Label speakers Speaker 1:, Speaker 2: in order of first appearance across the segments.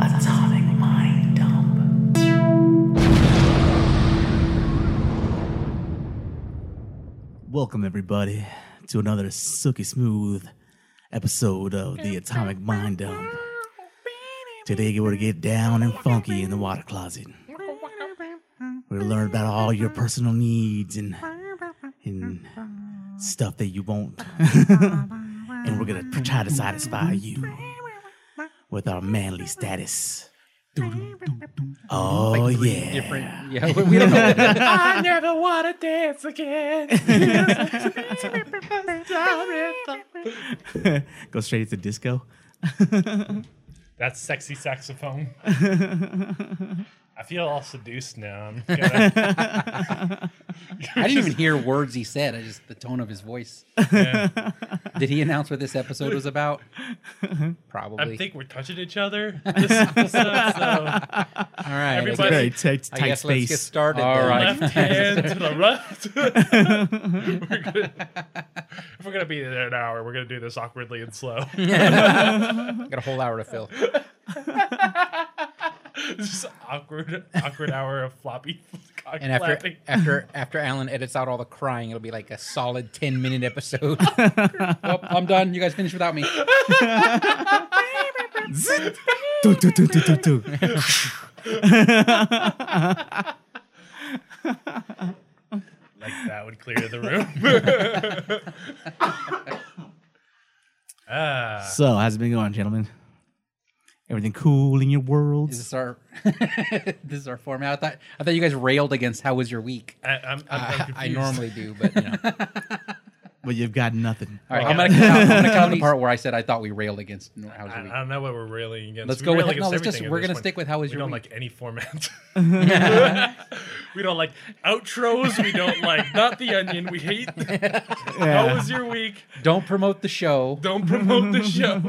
Speaker 1: Atomic mind dump.
Speaker 2: Welcome everybody to another Sookie Smooth episode of the Atomic Mind Dump. Today we're gonna get down and funky in the water closet. We're gonna learn about all your personal needs and and stuff that you want. and we're gonna try to satisfy you with our manly status. Oh
Speaker 3: three
Speaker 2: yeah.
Speaker 3: different. Yeah, we, we don't know.
Speaker 1: I never wanna dance again.
Speaker 2: Go straight into disco.
Speaker 4: That's sexy saxophone. I feel all seduced now. I'm gonna-
Speaker 3: I didn't even hear words he said. I just the tone of his voice.
Speaker 4: yeah.
Speaker 3: Did he announce what this episode was about?
Speaker 4: I
Speaker 3: Probably.
Speaker 4: think we're touching each other this episode. So
Speaker 3: All right. I
Speaker 4: everybody-
Speaker 3: guess-
Speaker 2: Very tight,
Speaker 3: I
Speaker 2: tight
Speaker 3: guess let's get
Speaker 2: space.
Speaker 3: started.
Speaker 5: All
Speaker 3: then.
Speaker 5: right.
Speaker 4: left hand to the left. we're gonna, if we're gonna be there an hour, we're gonna do this awkwardly and slow.
Speaker 3: Got a whole hour to fill.
Speaker 4: It's just awkward, awkward hour of floppy cock
Speaker 3: And after
Speaker 4: clapping.
Speaker 3: after after Alan edits out all the crying, it'll be like a solid ten minute episode. well, I'm done. You guys finish without me.
Speaker 2: Do, do, do, do, do, do.
Speaker 4: like that would clear the room. Ah,
Speaker 2: So, how's it been going, gentlemen? Everything cool in your world?
Speaker 3: Is this our this is our format? I thought I thought you guys railed against how was your week.
Speaker 4: I, I'm, I'm, I'm
Speaker 3: I,
Speaker 4: confused.
Speaker 3: I normally do, but you know.
Speaker 2: But you've got nothing.
Speaker 3: All right,
Speaker 4: Well,
Speaker 3: I'm gonna
Speaker 4: yeah.
Speaker 3: cut out, I'm gonna cut out the part where I said I thought we railed against n- how was
Speaker 4: I,
Speaker 3: your week.
Speaker 4: I don't know what we're railing against.
Speaker 3: Let's
Speaker 4: We
Speaker 3: go with
Speaker 4: rail
Speaker 3: it. No,
Speaker 4: against
Speaker 3: let's just
Speaker 4: everything in
Speaker 3: we're
Speaker 4: this
Speaker 3: gonna
Speaker 4: one.
Speaker 3: stick with how was
Speaker 4: We
Speaker 3: your
Speaker 4: don't
Speaker 3: week.
Speaker 4: like any format. we don't like outros. We don't like not the onion. We hate. How was your week?
Speaker 3: Don't promote the show.
Speaker 4: Don't promote the show.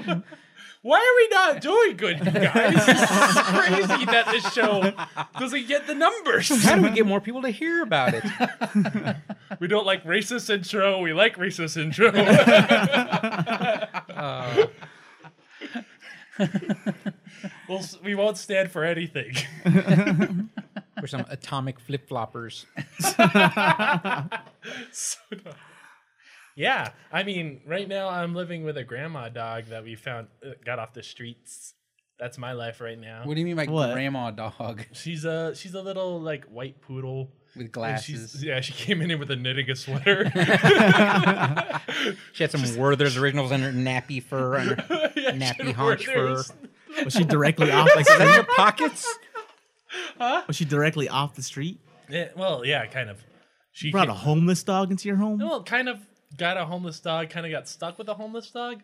Speaker 4: Why are we not doing good, you guys? This is crazy that this show doesn't get the numbers.
Speaker 3: How do we get more people to hear about it?
Speaker 4: We don't like racist intro. We like racist intro. We'll s- we won't stand for anything.
Speaker 3: We're some atomic flip floppers.
Speaker 4: So dumb. yeah, I mean, right now I'm living with a grandma dog that we found uh, got off the streets. That's my life right now.
Speaker 3: What do you mean by
Speaker 2: What?
Speaker 3: grandma dog
Speaker 4: She's a she's a little like white poodle.
Speaker 3: with
Speaker 4: And she's,
Speaker 3: glasses?
Speaker 4: yeah, she came in here with a knitting a sweater.
Speaker 3: She had some Werther's originals under nappy fur under
Speaker 4: Yeah,
Speaker 3: Nappy
Speaker 4: she had
Speaker 3: haunch
Speaker 4: Werther's.
Speaker 2: Was she directly off the street?
Speaker 3: pockets.
Speaker 2: Was she directly off the street?
Speaker 4: Yeah, well, yeah, kind of. She
Speaker 2: You brought a
Speaker 4: came-
Speaker 2: homeless dog into your home?
Speaker 4: well, kind of got a homeless dog. Kind of got stuck with a homeless dog.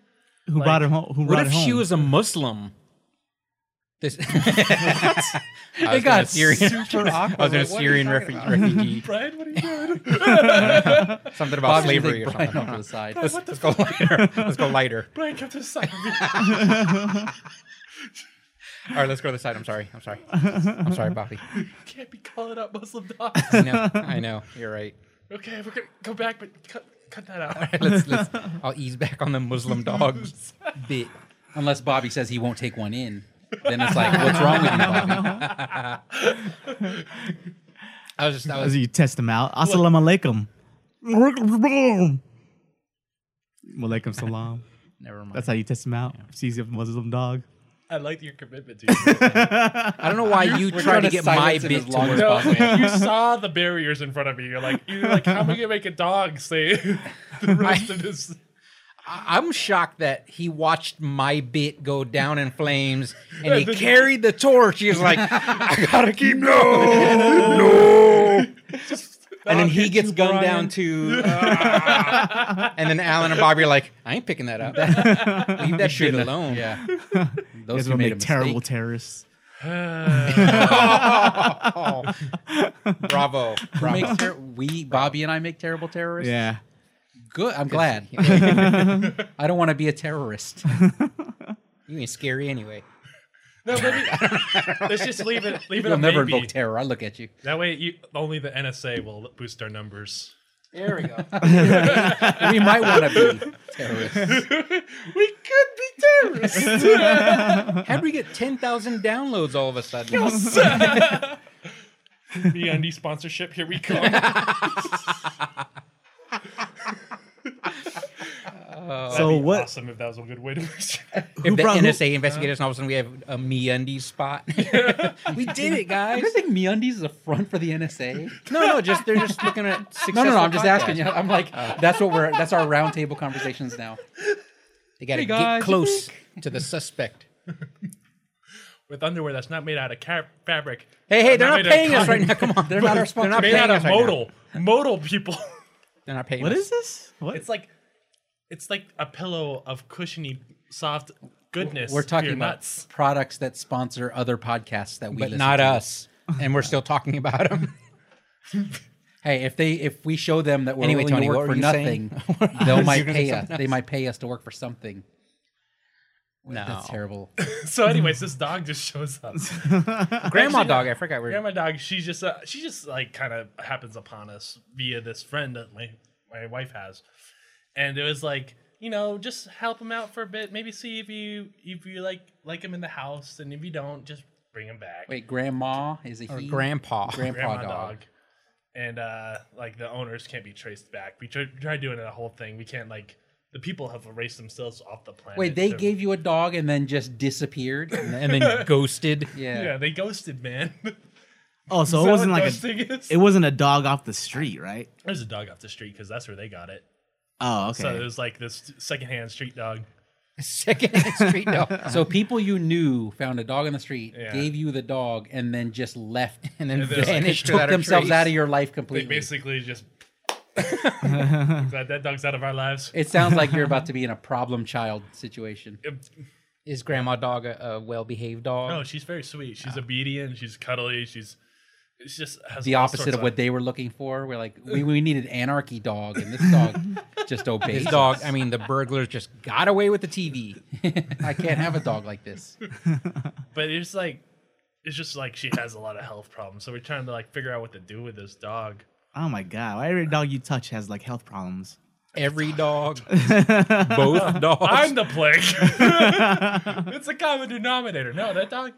Speaker 2: Who brought him home? Who
Speaker 5: What
Speaker 2: brought
Speaker 5: if
Speaker 2: it home?
Speaker 5: she was a Muslim?
Speaker 3: This it
Speaker 5: gonna
Speaker 3: got
Speaker 5: Syrian-
Speaker 3: super awkward. I was
Speaker 5: gonna Syrian refu- refugee.
Speaker 4: Brian, what are you doing?
Speaker 3: Something about
Speaker 5: Bob's
Speaker 3: slavery
Speaker 5: using
Speaker 3: or something.
Speaker 5: Brian
Speaker 3: off to the side.
Speaker 4: Brian,
Speaker 3: Let's,
Speaker 4: what the
Speaker 3: let's go lighter. Let's go lighter.
Speaker 4: Brian kept his side. of me.
Speaker 3: All right, let's go to the side. I'm sorry. I'm sorry. I'm sorry, Bobby.
Speaker 4: Can't be calling out Muslim dogs.
Speaker 3: I know. I know. You're right.
Speaker 4: Okay, we're gonna go back, but cut, cut that out.
Speaker 3: let's, let's I'll ease back on the Muslim dogs bit. Unless Bobby says he won't take one in, then it's like, what's wrong with you, Bobby? I was just, I
Speaker 2: As
Speaker 3: was,
Speaker 2: you test him out. Assalamu alaikum. Walaikum salam.
Speaker 3: never mind.
Speaker 2: That's how you test him out. Sees a Muslim dog.
Speaker 4: I like your commitment to you.
Speaker 3: I don't know why you
Speaker 4: we're
Speaker 3: try
Speaker 4: gonna
Speaker 3: to get my
Speaker 4: silence him
Speaker 3: bit
Speaker 4: as
Speaker 3: to
Speaker 4: long
Speaker 3: work.
Speaker 4: as possible. you saw the barriers in front of you. You're like, you're like, how am I gonna make a dog say the rest of this?
Speaker 3: I- I'm shocked that he watched my bit go down in flames and he
Speaker 4: then-
Speaker 3: carried the torch. He was like, I gotta keep no, no. And then he gets gunned down too. Ah. and then Alan and Bobby are like, I ain't picking that up. Leave that shit alone. Yeah.
Speaker 2: Those
Speaker 3: Those
Speaker 2: will
Speaker 3: who made
Speaker 2: make
Speaker 3: a
Speaker 2: terrible
Speaker 3: terrible.
Speaker 2: terrorists.
Speaker 3: Bravo. Bravo. we, Bobby and I, make terrible terrorists.
Speaker 2: Yeah.
Speaker 3: Good. I'm glad. I don't want to be a terrorist. you ain't scary anyway.
Speaker 4: No, maybe, let's just leave it. Leave it.
Speaker 3: You'll
Speaker 4: a
Speaker 3: never
Speaker 4: maybe.
Speaker 3: invoke terror. I look at you.
Speaker 4: That way, you, only the NSA will boost our numbers.
Speaker 3: There we go. we might want to be terrorists.
Speaker 4: we could be
Speaker 3: How do we get ten thousand downloads all of a sudden?
Speaker 4: Me undie sponsorship, here we come.
Speaker 2: so
Speaker 4: That'd be
Speaker 2: what?
Speaker 4: Awesome if that was a good way to.
Speaker 3: if the
Speaker 2: brought- who-
Speaker 3: NSA investigators, and all of a sudden we have a MeUndies spot. we did it, guys.
Speaker 5: You think MeUndies is a front for the NSA?
Speaker 3: No, no, just they're just looking at. Successful
Speaker 5: No, no, no. I'm just
Speaker 3: podcasts.
Speaker 5: asking. You know, I'm like, that's what we're. That's our roundtable conversations now.
Speaker 3: They gotta
Speaker 5: Hey, guys,
Speaker 3: get
Speaker 5: you
Speaker 3: close to the suspect.
Speaker 4: With underwear that's not made out of car- fabric.
Speaker 3: Hey, hey, they're
Speaker 4: Not
Speaker 3: not
Speaker 4: made out of
Speaker 3: paying us right
Speaker 4: cotton.
Speaker 3: now. Come on,
Speaker 5: They're not our
Speaker 3: They're
Speaker 5: sponsor.
Speaker 3: not
Speaker 4: Made
Speaker 3: paying
Speaker 4: out
Speaker 3: us
Speaker 4: of
Speaker 3: right now.
Speaker 4: modal. Modal people.
Speaker 3: They're not paying
Speaker 2: What
Speaker 3: us.
Speaker 2: is this? What?
Speaker 4: It's like, it's like a pillow of cushiony, soft goodness.
Speaker 5: We're
Speaker 4: for
Speaker 5: talking
Speaker 4: your
Speaker 5: about
Speaker 4: nuts.
Speaker 5: products that sponsor other podcasts that we
Speaker 3: But
Speaker 5: listen
Speaker 3: not
Speaker 5: to.
Speaker 3: us, and we're still talking about them.
Speaker 5: Hey, if they if we show them that we're
Speaker 3: Anyway,
Speaker 5: willing
Speaker 3: Tony,
Speaker 5: to
Speaker 3: what
Speaker 5: work
Speaker 3: were
Speaker 5: for
Speaker 3: you saying?
Speaker 5: nothing, they
Speaker 3: You're
Speaker 5: might
Speaker 3: gonna
Speaker 5: pay
Speaker 3: say
Speaker 5: us.
Speaker 3: something
Speaker 5: They
Speaker 3: else.
Speaker 5: might pay us to work for something.
Speaker 3: No,
Speaker 5: That's terrible.
Speaker 4: So, anyways, this dog just shows up.
Speaker 3: Grandma dog. I forgot where.
Speaker 4: Grandma dog. She just, uh, she just like kind of happens upon us via this friend that my my wife has, and it was like, you know, just help him out for a bit. Maybe see if you if you like like him in the house, and if you don't, just bring him back.
Speaker 5: Wait, grandma is a
Speaker 3: Or
Speaker 5: he?
Speaker 3: grandpa.
Speaker 5: grandpa
Speaker 4: grandma
Speaker 5: dog.
Speaker 4: dog. And uh, like the owners can't be traced back. We tried, tried doing that whole thing. We can't like the people have erased themselves off the planet.
Speaker 5: Wait, they
Speaker 4: So-
Speaker 5: gave you a dog and then just disappeared.
Speaker 3: and then ghosted.
Speaker 5: Yeah.
Speaker 4: yeah, they ghosted, man. Is
Speaker 2: oh, so it
Speaker 4: that
Speaker 2: wasn't
Speaker 4: what
Speaker 2: like a,
Speaker 4: ghosting is?
Speaker 2: it wasn't a dog off the street, right?
Speaker 4: There's a dog off the street because that's where they got it.
Speaker 2: Oh, okay.
Speaker 4: So it was like this secondhand street dog.
Speaker 3: Second street dog.
Speaker 5: So people you knew found a dog on the street,
Speaker 4: Yeah.
Speaker 5: gave you the dog, and then just left
Speaker 3: And then
Speaker 4: And they're like-
Speaker 5: and
Speaker 3: vanished.
Speaker 5: took
Speaker 3: without a
Speaker 5: themselves
Speaker 3: trace.
Speaker 5: out of your life
Speaker 4: They
Speaker 5: completely.
Speaker 4: basically just that, that dog's out of our lives.
Speaker 5: It sounds like you're about to be in a problem child situation.
Speaker 3: Is grandma dog a, a well-behaved dog?
Speaker 4: no, she's very sweet. She's obedient. She's cuddly. She's it's just has
Speaker 5: The
Speaker 4: all
Speaker 5: opposite
Speaker 4: sorts
Speaker 5: of what they were looking for. We're like, we, we need an anarchy dog, and this dog just obeys.
Speaker 3: His dog. I mean, the burglars just got away with the TV.
Speaker 5: I can't have a dog like this.
Speaker 4: but it's like it's just like she has a lot of health problems. So we're trying to like figure out what to do with this dog.
Speaker 2: oh my god! Why every dog you touch has like health problems?
Speaker 3: Every dog, both
Speaker 5: Oh,
Speaker 3: dogs.
Speaker 4: I'm the plague. it's a common denominator. No, that dog.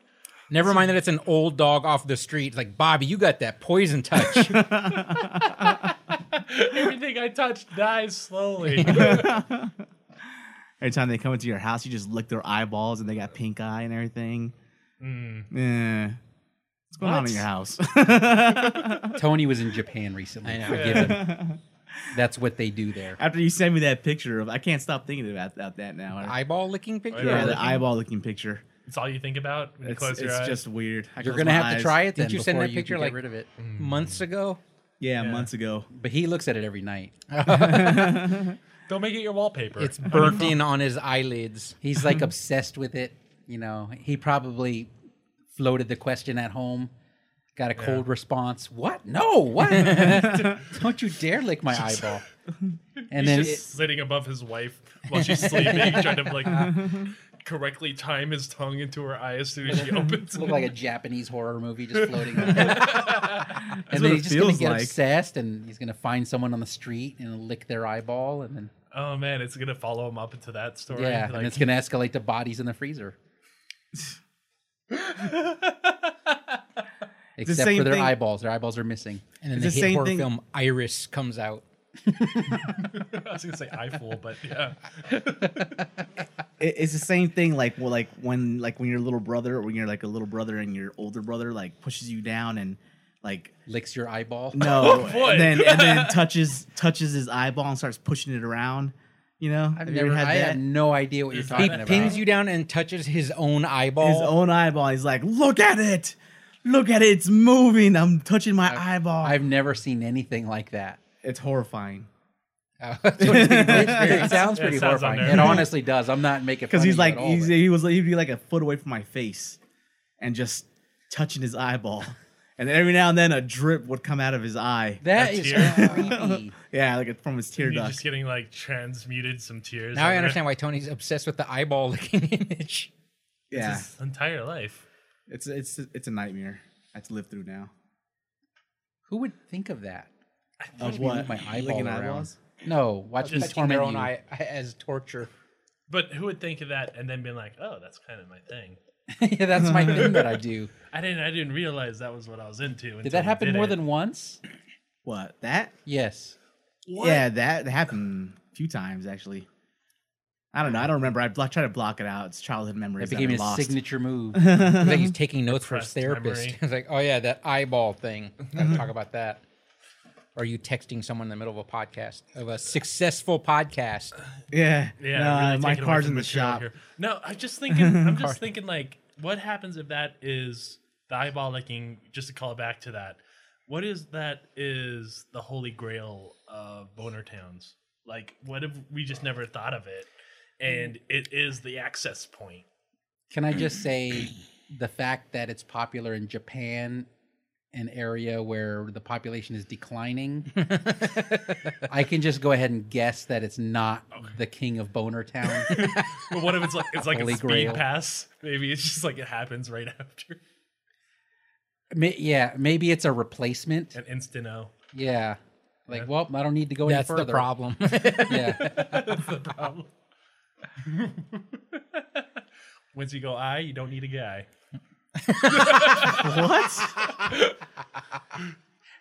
Speaker 3: Never mind that it's an old dog off the street. Like Bobby, you got that poison touch.
Speaker 4: Everything I touch dies slowly.
Speaker 2: Every time they come into your house, you just lick their eyeballs and they got pink eye and everything. Mm. Yeah. What's going on in your house?
Speaker 5: Tony was in Japan recently.
Speaker 3: I know.
Speaker 5: Forgive him. That's what they do there.
Speaker 2: After you send me that picture of, I can't stop thinking about, about that now.
Speaker 3: Eyeball licking picture.
Speaker 2: yeah, the
Speaker 4: looking-
Speaker 2: eyeball looking picture.
Speaker 4: it's all you think about. When you
Speaker 2: It's,
Speaker 4: close your
Speaker 2: it's
Speaker 4: eyes.
Speaker 2: just weird. I
Speaker 5: You're
Speaker 2: close
Speaker 5: gonna
Speaker 2: my
Speaker 5: have to
Speaker 2: eyes.
Speaker 5: try it. Then
Speaker 3: Didn't you send
Speaker 5: before
Speaker 3: that
Speaker 5: can
Speaker 3: picture
Speaker 5: get
Speaker 3: like
Speaker 5: rid of it?
Speaker 3: Mm. months ago?
Speaker 2: Yeah,
Speaker 4: Yeah.
Speaker 2: months ago.
Speaker 5: But he looks at it every night.
Speaker 4: Don't make it your wallpaper.
Speaker 3: It's burnt in on his eyelids.
Speaker 5: He's like obsessed with it. You know, he probably floated the question at home, got a cold response. What? No, what? Don't you dare lick my eyeball. And
Speaker 4: He's
Speaker 5: then
Speaker 4: just sitting above his wife while she's sleeping, trying to like correctly time his tongue into her eye as soon as she opens.
Speaker 5: it looked like a Japanese horror movie just floating. on
Speaker 2: what
Speaker 5: and then
Speaker 2: it
Speaker 5: he's just gonna
Speaker 2: feels
Speaker 5: get
Speaker 2: like.
Speaker 5: obsessed, and he's gonna find someone on the street and lick their eyeball, and then
Speaker 4: oh man, it's gonna follow him up into that story.
Speaker 5: yeah,
Speaker 4: like,
Speaker 5: and it's gonna escalate to bodies in the freezer. Except
Speaker 2: same
Speaker 5: for their
Speaker 2: thing-
Speaker 5: eyeballs. Their eyeballs are missing.
Speaker 3: And then
Speaker 2: It's
Speaker 3: the,
Speaker 2: the
Speaker 3: hit
Speaker 2: same
Speaker 3: horror
Speaker 2: thing-
Speaker 3: film Iris comes out.
Speaker 4: I was gonna say eye fool, but yeah,
Speaker 2: It, it's the same thing like well, like when like when your little brother or when you're like a little brother and your older brother like pushes you down and like
Speaker 5: Licks your eyeball.
Speaker 2: no
Speaker 4: boy.
Speaker 2: and then and then touches touches his eyeball and starts pushing it around. You know?
Speaker 5: I've
Speaker 2: Have you ever
Speaker 5: never. I have no idea what you're
Speaker 4: He
Speaker 5: talking
Speaker 3: He
Speaker 5: about.
Speaker 3: pins you down and touches his own eyeball.
Speaker 2: his own eyeball. He's like, look at it. Look at it. It's moving. I'm touching my eyeball.
Speaker 5: I've never seen anything like that.
Speaker 2: it's horrifying.
Speaker 5: It sounds pretty
Speaker 4: It sounds
Speaker 5: horrifying. It
Speaker 4: unnerving.
Speaker 5: honestly does. I'm not making
Speaker 2: Because
Speaker 5: fun
Speaker 2: he's
Speaker 5: of you
Speaker 2: like,
Speaker 5: at all,
Speaker 2: he's,
Speaker 5: but-
Speaker 2: he was he'd be like a foot away from my face and just touching his eyeball. and every now and then a drip would come out of his eye.
Speaker 5: that
Speaker 4: a
Speaker 5: is
Speaker 4: tear.
Speaker 5: creepy.
Speaker 2: Yeah, like from his tear
Speaker 4: you're
Speaker 2: duct.
Speaker 4: just getting like transmuted some tears.
Speaker 3: now I
Speaker 4: over
Speaker 3: understand why Tony's obsessed with the eyeball licking image.
Speaker 2: yeah.
Speaker 4: his entire life.
Speaker 2: It's it's it's a nightmare. I have to live through now.
Speaker 5: Who would think of that?
Speaker 2: Of
Speaker 5: me with
Speaker 2: what?
Speaker 5: my
Speaker 2: You
Speaker 5: eyeball
Speaker 2: licking
Speaker 5: around.
Speaker 2: eyeballs?
Speaker 5: No, watch me
Speaker 3: Touching their
Speaker 5: torment
Speaker 3: own
Speaker 5: you.
Speaker 3: eye as torture.
Speaker 4: But who would think of that and then being like, oh, that's kind of my thing.
Speaker 5: yeah, that's my thing that I do.
Speaker 4: I didn't. I didn't realize that was what I was into. until
Speaker 5: Did that
Speaker 4: we
Speaker 5: happen
Speaker 4: did
Speaker 5: more
Speaker 4: it.
Speaker 5: than once?
Speaker 2: What that?
Speaker 5: Yes.
Speaker 2: Yeah, that happened a few times actually. I don't know. I don't remember. I blo- try to block it out. It's childhood memories
Speaker 5: That
Speaker 2: that,
Speaker 5: became
Speaker 2: I
Speaker 5: his
Speaker 2: lost.
Speaker 5: signature move.
Speaker 3: It's like he's taking notes for his
Speaker 4: Suppressed
Speaker 3: therapist.
Speaker 4: memory.
Speaker 3: It's like, oh yeah, that eyeball thing.
Speaker 5: Mm-hmm.
Speaker 3: Gotta talk about that. Or you texting someone in the middle of a podcast of a successful podcast?
Speaker 2: Yeah,
Speaker 4: Yeah,
Speaker 2: No,
Speaker 4: really
Speaker 2: my
Speaker 4: taking away
Speaker 2: car's
Speaker 4: from
Speaker 2: in the
Speaker 4: material
Speaker 2: shop.
Speaker 4: here. No, I'm just thinking. I'm just thinking like, what happens if that is the eyeball licking? Just to call back to that, what is that? Is the holy grail of boner towns? Like, what if we just never thought of it, and it is the access point?
Speaker 5: Can I just say the fact that it's popular in Japan, an area where the population is declining? I can just go ahead and guess that it's not the king of Boner Town.
Speaker 4: But what if it's like it's like
Speaker 5: Holy
Speaker 4: a speed
Speaker 5: grail.
Speaker 4: pass? Maybe it's just like it happens right after
Speaker 5: Ma- yeah, maybe it's a replacement.
Speaker 4: an instant O.
Speaker 5: Yeah. Like, well, I don't need to go
Speaker 3: That's
Speaker 5: any further.
Speaker 3: the problem.
Speaker 5: Yeah.
Speaker 4: That's the problem. Once you go I, you don't need a guy.
Speaker 2: What?